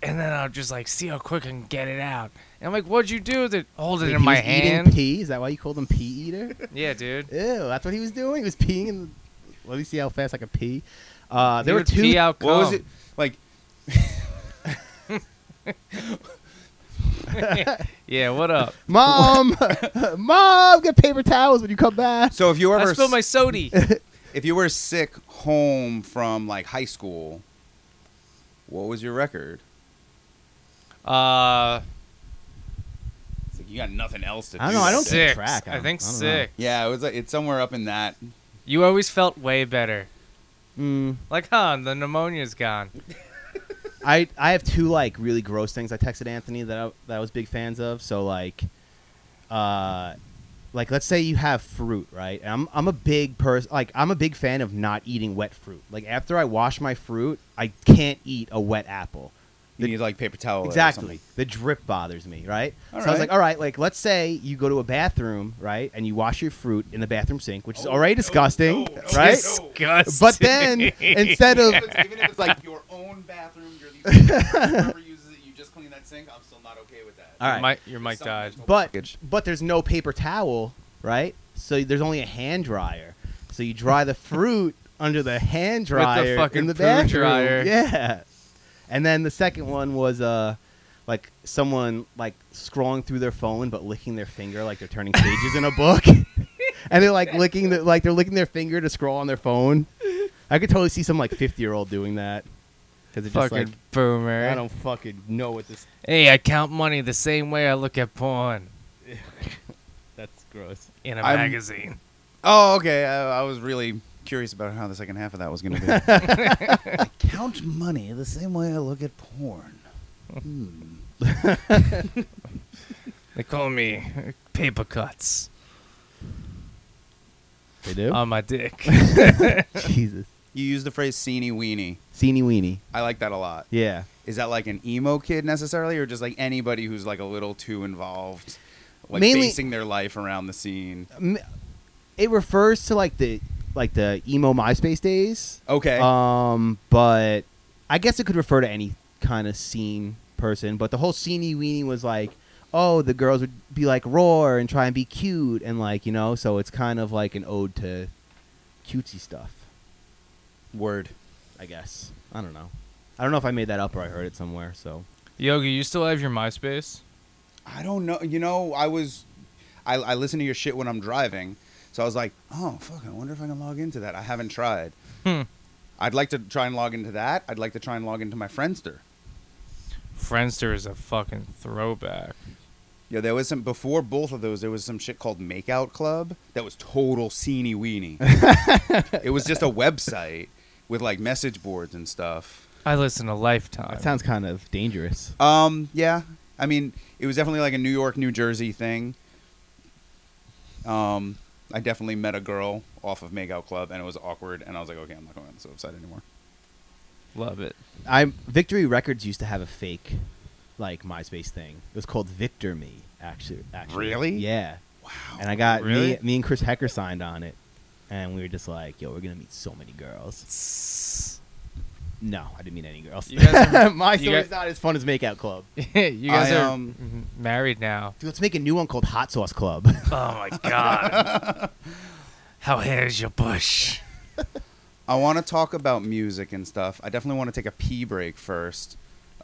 A: and then I'll just like see how quick I can get it out. And I'm like, what'd you do with it? Hold it
C: Wait,
A: in
C: he
A: my
C: was eating
A: hand.
C: Pee? Is that why you called him pee eater?
A: Yeah, dude.
C: Ew, that's what he was doing. He was peeing in. The, let me see how fast I can pee. Uh, there
A: He
C: were
A: would
C: two.
A: pee out
B: What was
A: cum.
B: it like?
A: Yeah, what up?
C: Mom, mom, get paper towels when you come back.
B: So if you
A: I
B: ever
A: spilled my sody.
B: if you were sick home from like high school, what was your record?
A: Uh,
B: It's like you got nothing else to
C: I don't
B: do
C: know. I
B: that
C: don't
B: day.
C: keep
A: Uh, six.
C: track. I
A: I think
C: don't- I don't know.
A: six.
B: Yeah, it was. Like, it's somewhere up in that.
A: You always felt way better.
C: Mm,
A: Like, huh? The pneumonia's gone.
C: I I have two like really gross things I texted Anthony that I, that I was big fans of. So like, uh, like let's say you have fruit, right? And I'm I'm a big person. Like I'm a big fan of not eating wet fruit. Like after I wash my fruit, I can't eat a wet apple.
B: You need like paper towel. or
C: Exactly.
B: something.
C: The drip bothers me, right?
B: All
C: so I was
B: right.
C: like, all right, like let's say you go to a bathroom, right, and you wash your fruit in the bathroom sink, which is
B: Oh,
C: already disgusting, right?
A: Disgusting.
C: But then instead of
B: Even if it's- even if it's like your own bathroom, you're the whoever uses it, you just clean that sink. I'm still not okay with that.
C: All right.
A: Mi- your mic died.
C: but
B: Package.
C: but there's no paper towel, right? So there's only a hand dryer. So you dry the fruit under the hand
A: With the
C: dryer in
A: fucking
C: the
A: poo
C: bathroom.
A: dryer.
C: Yeah. And then the second one was uh like someone like scrolling through their phone but licking their finger like they're turning pages in a book. And they're like licking the, like they're licking their finger to scroll on their phone. I could totally see some like 50-year-old doing that. Cuz it's just
A: fucking
C: like
A: boomer.
C: I don't fucking know what this
A: Hey, I count money the same way I look at porn
C: that's gross.
A: in a
B: I'm-
A: magazine.
B: Oh, okay. I, I was really curious about how the second half of that was going to be. I count money the same way I look at porn. Hmm.
A: They call me paper cuts
C: They do?
A: on my dick.
C: Jesus.
B: You use the phrase "seeny weenie."
C: Seeny weeny.
B: I like that a lot.
C: Yeah.
B: Is that like an emo kid necessarily, or just like anybody who's like a little too involved, like
C: Mainly-
B: basing their life around the scene?
C: M- It refers to like the like the emo MySpace days.
B: Okay.
C: Um, but I guess it could refer to any kind of scene person. But the whole sceney weenie was like, oh, the girls would be like roar and try and be cute and like you know. So it's kind of like an ode to cutesy stuff.
B: Word.
C: I guess. I don't know. I don't know if I made that up or I heard it somewhere. So
A: Yogi, you still have your MySpace?
B: I don't know. You know, I was, I, I listen to your shit when I'm driving, so I was like, oh fuck, I wonder if I can log into that. I haven't tried.
A: Hmm.
B: I'd like to try and log into that. I'd like to try and log into my Friendster.
A: Friendster is a fucking throwback.
B: Yeah, there was some before both of those. There was some shit called Makeout Club that was total sceney weenie. it was just a website with like message boards and stuff.
A: I listen to Lifetime.
C: that sounds kind of dangerous.
B: Um, yeah. I mean, it was definitely like a New York, New Jersey thing. Um, I definitely met a girl off of Makeout Club, and it was awkward. And I was like, okay, I'm not going on this website anymore.
A: Love it.
C: I Victory Records used to have a fake, like MySpace thing. It was called Victor Me. Actually, actually,
B: Really?
C: Yeah. Wow. And I got me,
A: Oh, Really?
C: me and Chris Hecker signed on it, and we were just like, "Yo, we're gonna meet so many girls." No, I didn't meet any girls.
A: You guys are-
C: My
A: you
C: story's
A: guys-
C: not as fun as Makeout Club.
A: you guys
B: I,
A: are
B: um,
A: m- married now.
C: Dude, let's make a new one called Hot Sauce Club.
A: Oh my god. How hair is your bush?
B: I want to talk about music and stuff. I definitely want to take a pee break first.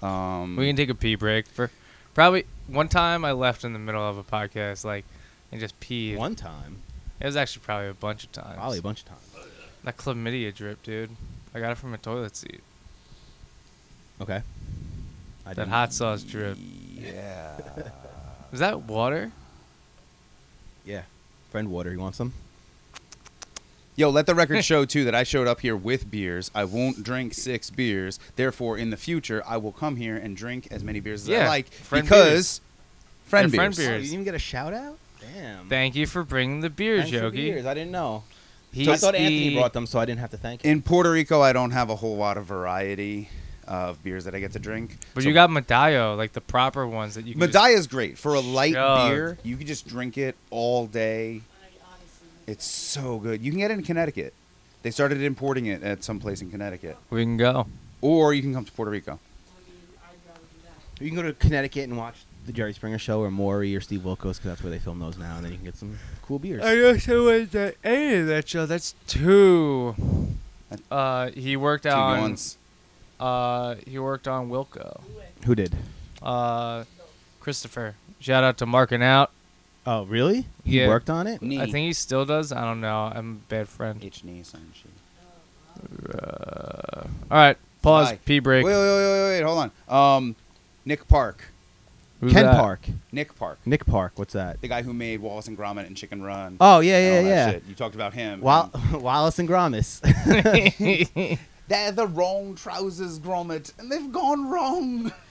B: Um,
A: We can take a pee break for probably one time I left in the middle of a podcast like and just peed.
C: one time,
A: It was actually probably a bunch of times.
C: probably a bunch of times.
A: That chlamydia drip, dude. I got it from a toilet seat.
C: Okay. I
A: That
C: didn't-
A: hot sauce drip.
B: Yeah.
A: Is that water?
C: Yeah. Friend water. You want some?
B: Yo, let the record show too that I showed up here with beers. I won't drink six beers. Therefore, in the future, I will come here and drink as many beers as I
A: Yeah,
B: like
A: friend
B: because friend
A: They're friend
B: beers.
A: beers.
C: Oh, you didn't even get a shout out? Damn.
A: Thank you for bringing the beers,
C: Thanks for
A: Yogi.
C: beers. I didn't know.
A: He's
C: I thought Anthony
A: the-
C: brought them, so I didn't have to thank him.
B: In Puerto Rico, I don't have a whole lot of variety of beers that I get to drink.
A: But
B: So
A: you got Medayo, like the proper ones that you can. just-
B: Madaya's great for a light
A: Sure.
B: beer. You can just drink it all day.
E: I honestly need
B: It's so good. You can get it in Connecticut. They started importing it at some place in Connecticut,
A: we can go.
B: or you can come to Puerto Rico.
E: that. I mean, I'd rather do that.
C: You can go to Connecticut and watch the Jerry Springer Show or Maury or Steve Wilkos because that's where they film those now, and then you can get some cool beers.
A: I know someone that ate that show. That's two. Uh, he worked
B: Two
A: on.
B: yawns.
A: Uh, he worked on Wilco.
C: Who did?
A: Uh, Christopher. Shout out to Marking Out.
C: Oh, really? He
A: Yeah.
C: worked on it.
B: Knee.
A: I think he still does. I don't know. I'm a bad friend.
B: itch knee some shit.
A: All right, pause.
B: Hi.
A: Pee break.
B: Wait, wait, wait, wait, wait, hold on. Um, Nick Park.
A: Who's
C: Ken
A: that?
C: Park,
B: Nick Park.
C: Nick Park. What's that?
B: The guy who made Wallace and Gromit and Chicken Run.
C: Oh
B: and
C: yeah,
B: all
C: yeah,
B: that
C: yeah.
B: shit. You talked about him.
C: Wa- Wallace and Gromis.
B: They're the wrong trousers, Gromit, and they've gone wrong.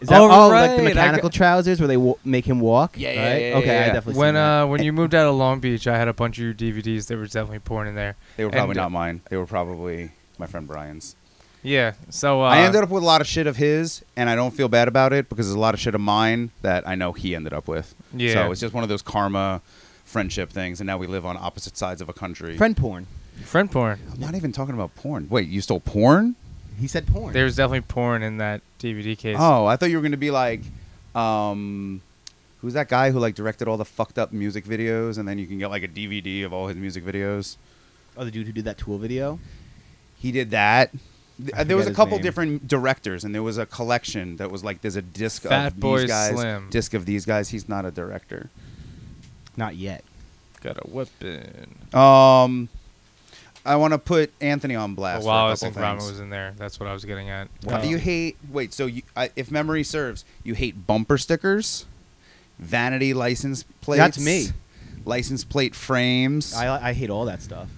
C: Is that
A: Oh,
C: oh, like
A: right,
C: the
A: I
C: mechanical
A: got-
C: trousers where they wa- make him walk?
B: Yeah, yeah,
C: right?
B: yeah, yeah,
C: Okay,
B: yeah.
C: I definitely seen
A: When
C: that.
A: uh when you moved out of Long Beach, I had a bunch of your DVDs. There was definitely porn in there.
B: They were
A: And,
B: probably
A: uh,
B: not mine. They were probably my friend Brian's.
A: Yeah. So uh,
B: I ended up with a lot of shit of his, and I don't feel bad about it because there's a lot of shit of mine that I know he ended up with.
A: Yeah.
B: So it's just one of those karma friendship things, and now we live on opposite sides of a country.
A: uh,
C: friend porn.
A: friend porn.
B: I'm not even talking about porn. Wait, you stole porn?
C: He said porn.
A: There was definitely porn in that DVD case.
B: Oh, I thought you were gonna be like, um, who's that guy who like directed all the fucked up music videos, and then you can get like a DVD of all his music videos.
C: oh, the dude who did that tool video.
B: He did that. Th- uh,
C: I
B: There was
C: forget
B: a
C: his
B: couple
C: name.
B: different directors, and there was a collection that was like, there's a disc
A: Fat
B: of
A: Boy
B: these guys,
A: Slim.
B: disc of these guys. He's not a director.
C: Not yet.
A: Got a weapon.
B: Um, I want to put Anthony on blast.
A: Oh,
B: for a
A: wow, I think
B: couple
A: Rama
B: things.
A: was in there. That's what I was getting at. Uh,
B: What do you hate? Wait, so you, I, if memory serves, you hate bumper stickers, vanity license plates.
C: That's me.
B: License plate frames.
C: I I hate all that stuff.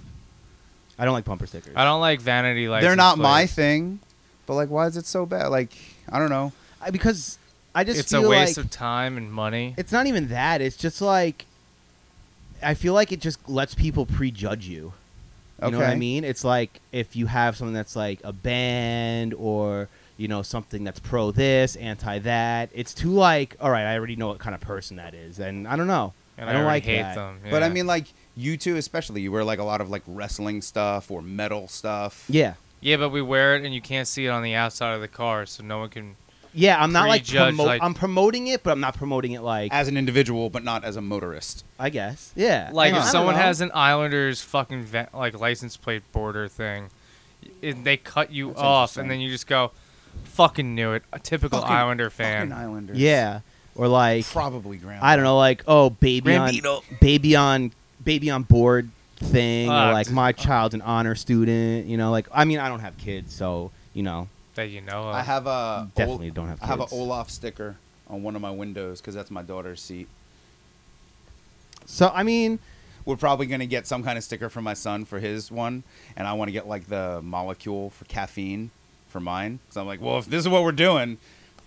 C: I don't like bumper stickers.
A: I don't like vanity lights.
B: They're not my thing, but like, why is it so bad? Like, I don't know.
C: I, because I just
A: It's a
C: feel
A: waste
C: like
A: of time and money.
C: it's not even that. It's just like I feel like it just lets people prejudge you. You know what I
B: Okay.
C: mean? It's like if you have something that's like a band or you know something that's pro this, anti that. It's too like, all right, I already know what kind of person that is, and I don't know.
A: and
C: I don't
A: already
C: like
A: hate
C: that.
A: them.
B: But I
A: yeah.
B: mean, like, you two especially, you wear like a lot of like wrestling stuff or metal stuff.
C: Yeah,
A: yeah, but we wear it and you can't see it on the outside of the car, so no one can.
C: yeah. I'm not like,
A: Prejudge,
C: promo-
A: like-
C: I'm promoting it, but I'm not promoting it like
B: As an individual, but not as a motorist.
C: I guess. Yeah.
B: Uh,
A: Like
C: I
A: if
C: don't
A: someone
C: know.
A: has an Islanders fucking va- like license plate border thing, and they cut you
B: That's
A: off, and
B: interesting.
A: then you just go, "Fucking knew it." A typical
B: Fucking-
A: Islander fan.
B: Fucking Islanders.
C: yeah, or like
B: Probably ground.
C: I don't know, like oh baby on
A: Rambito.
C: baby on baby on board thing, or
A: Ah,
C: like
A: d-
C: my child's an honor student. You know, like I mean, I don't have kids, so you know,
A: that you know. Of.
B: I have a
C: Definitely don't have
B: I have an
C: kids.
B: Olaf sticker on one of my windows because that's my daughter's seat.
C: so I mean,
B: We're probably gonna get some kind of sticker for my son for his one, and I want to get like the molecule for caffeine for mine. Because I'm like, well, if this is what we're doing,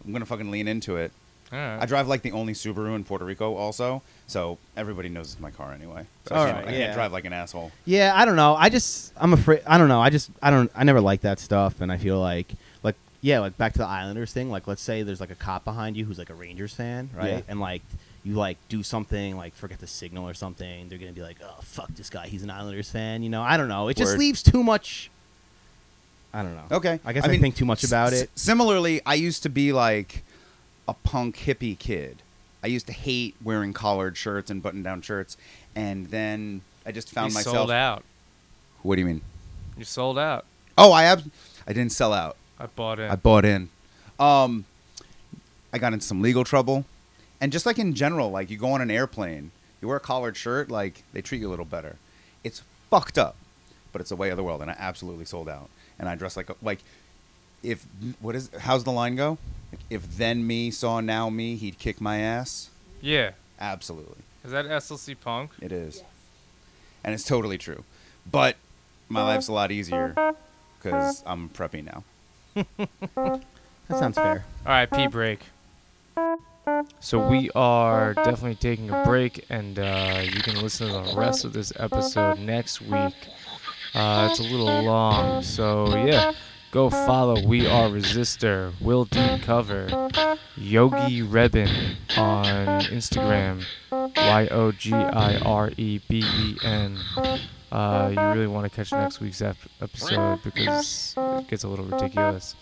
B: I'm gonna fucking lean into it.
A: Alright.
B: I drive like the only Subaru in Puerto Rico, also, so everybody knows it's my car anyway. So I,
C: All
B: can't,
C: right,
B: I can't
C: yeah.
B: drive like an asshole.
C: yeah, I don't know. I just I'm afraid. I don't know. I just I don't. I never like that stuff, and I feel like like yeah, like back to the Islanders thing. Like let's say there's like a cop behind you who's like a Rangers fan, right?
B: Yeah.
C: And like you like do something like forget the signal or something, they're gonna be like, oh fuck this guy, he's an Islanders fan. You know, I don't know. It just
B: Word.
C: leaves too much. I don't know.
B: Okay.
C: I guess I,
B: I mean,
C: think too much about
B: S-
C: it.
B: similarly, I used to be like a punk hippie kid. I used to hate wearing collared shirts and button down shirts, and then I just
A: You
B: found myself.
A: sold out.
B: What do you mean?
A: You sold out.
B: Oh, I ab- I didn't sell out.
A: I bought it.
B: I bought in. Um, I got into some legal trouble, and just like in general, like you go on an airplane, you wear a collared shirt, like they treat you a little better. It's fucked up, but it's the way of the world, and I absolutely sold out. And I dress like a, like if what is how's the line go? Like, if then me saw now me, he'd kick my ass.
A: Yeah.
B: Absolutely,
A: Is that SLC Punk?
B: it is,
E: Yes.
B: and it's totally true. But my life's a lot easier because I'm preppy now.
C: That sounds fair.
A: All right, pee break. So we are definitely taking a break, and uh, you can listen to the rest of this episode next week. Uh, it's a little long, so yeah, go follow We Are Resistor, Will Dean Cover, Yogi Rebin on Instagram, Y O G I R E B E N. Uh, you really want to catch next week's ep- episode because it gets a little ridiculous.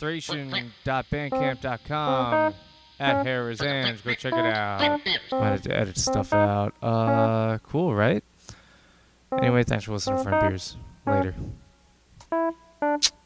A: Thracian.bandcamp.com at Harris Ange. Go check it out. Might have to edit stuff out. Uh, cool, right? Anyway, thanks for listening, friend beers. Later.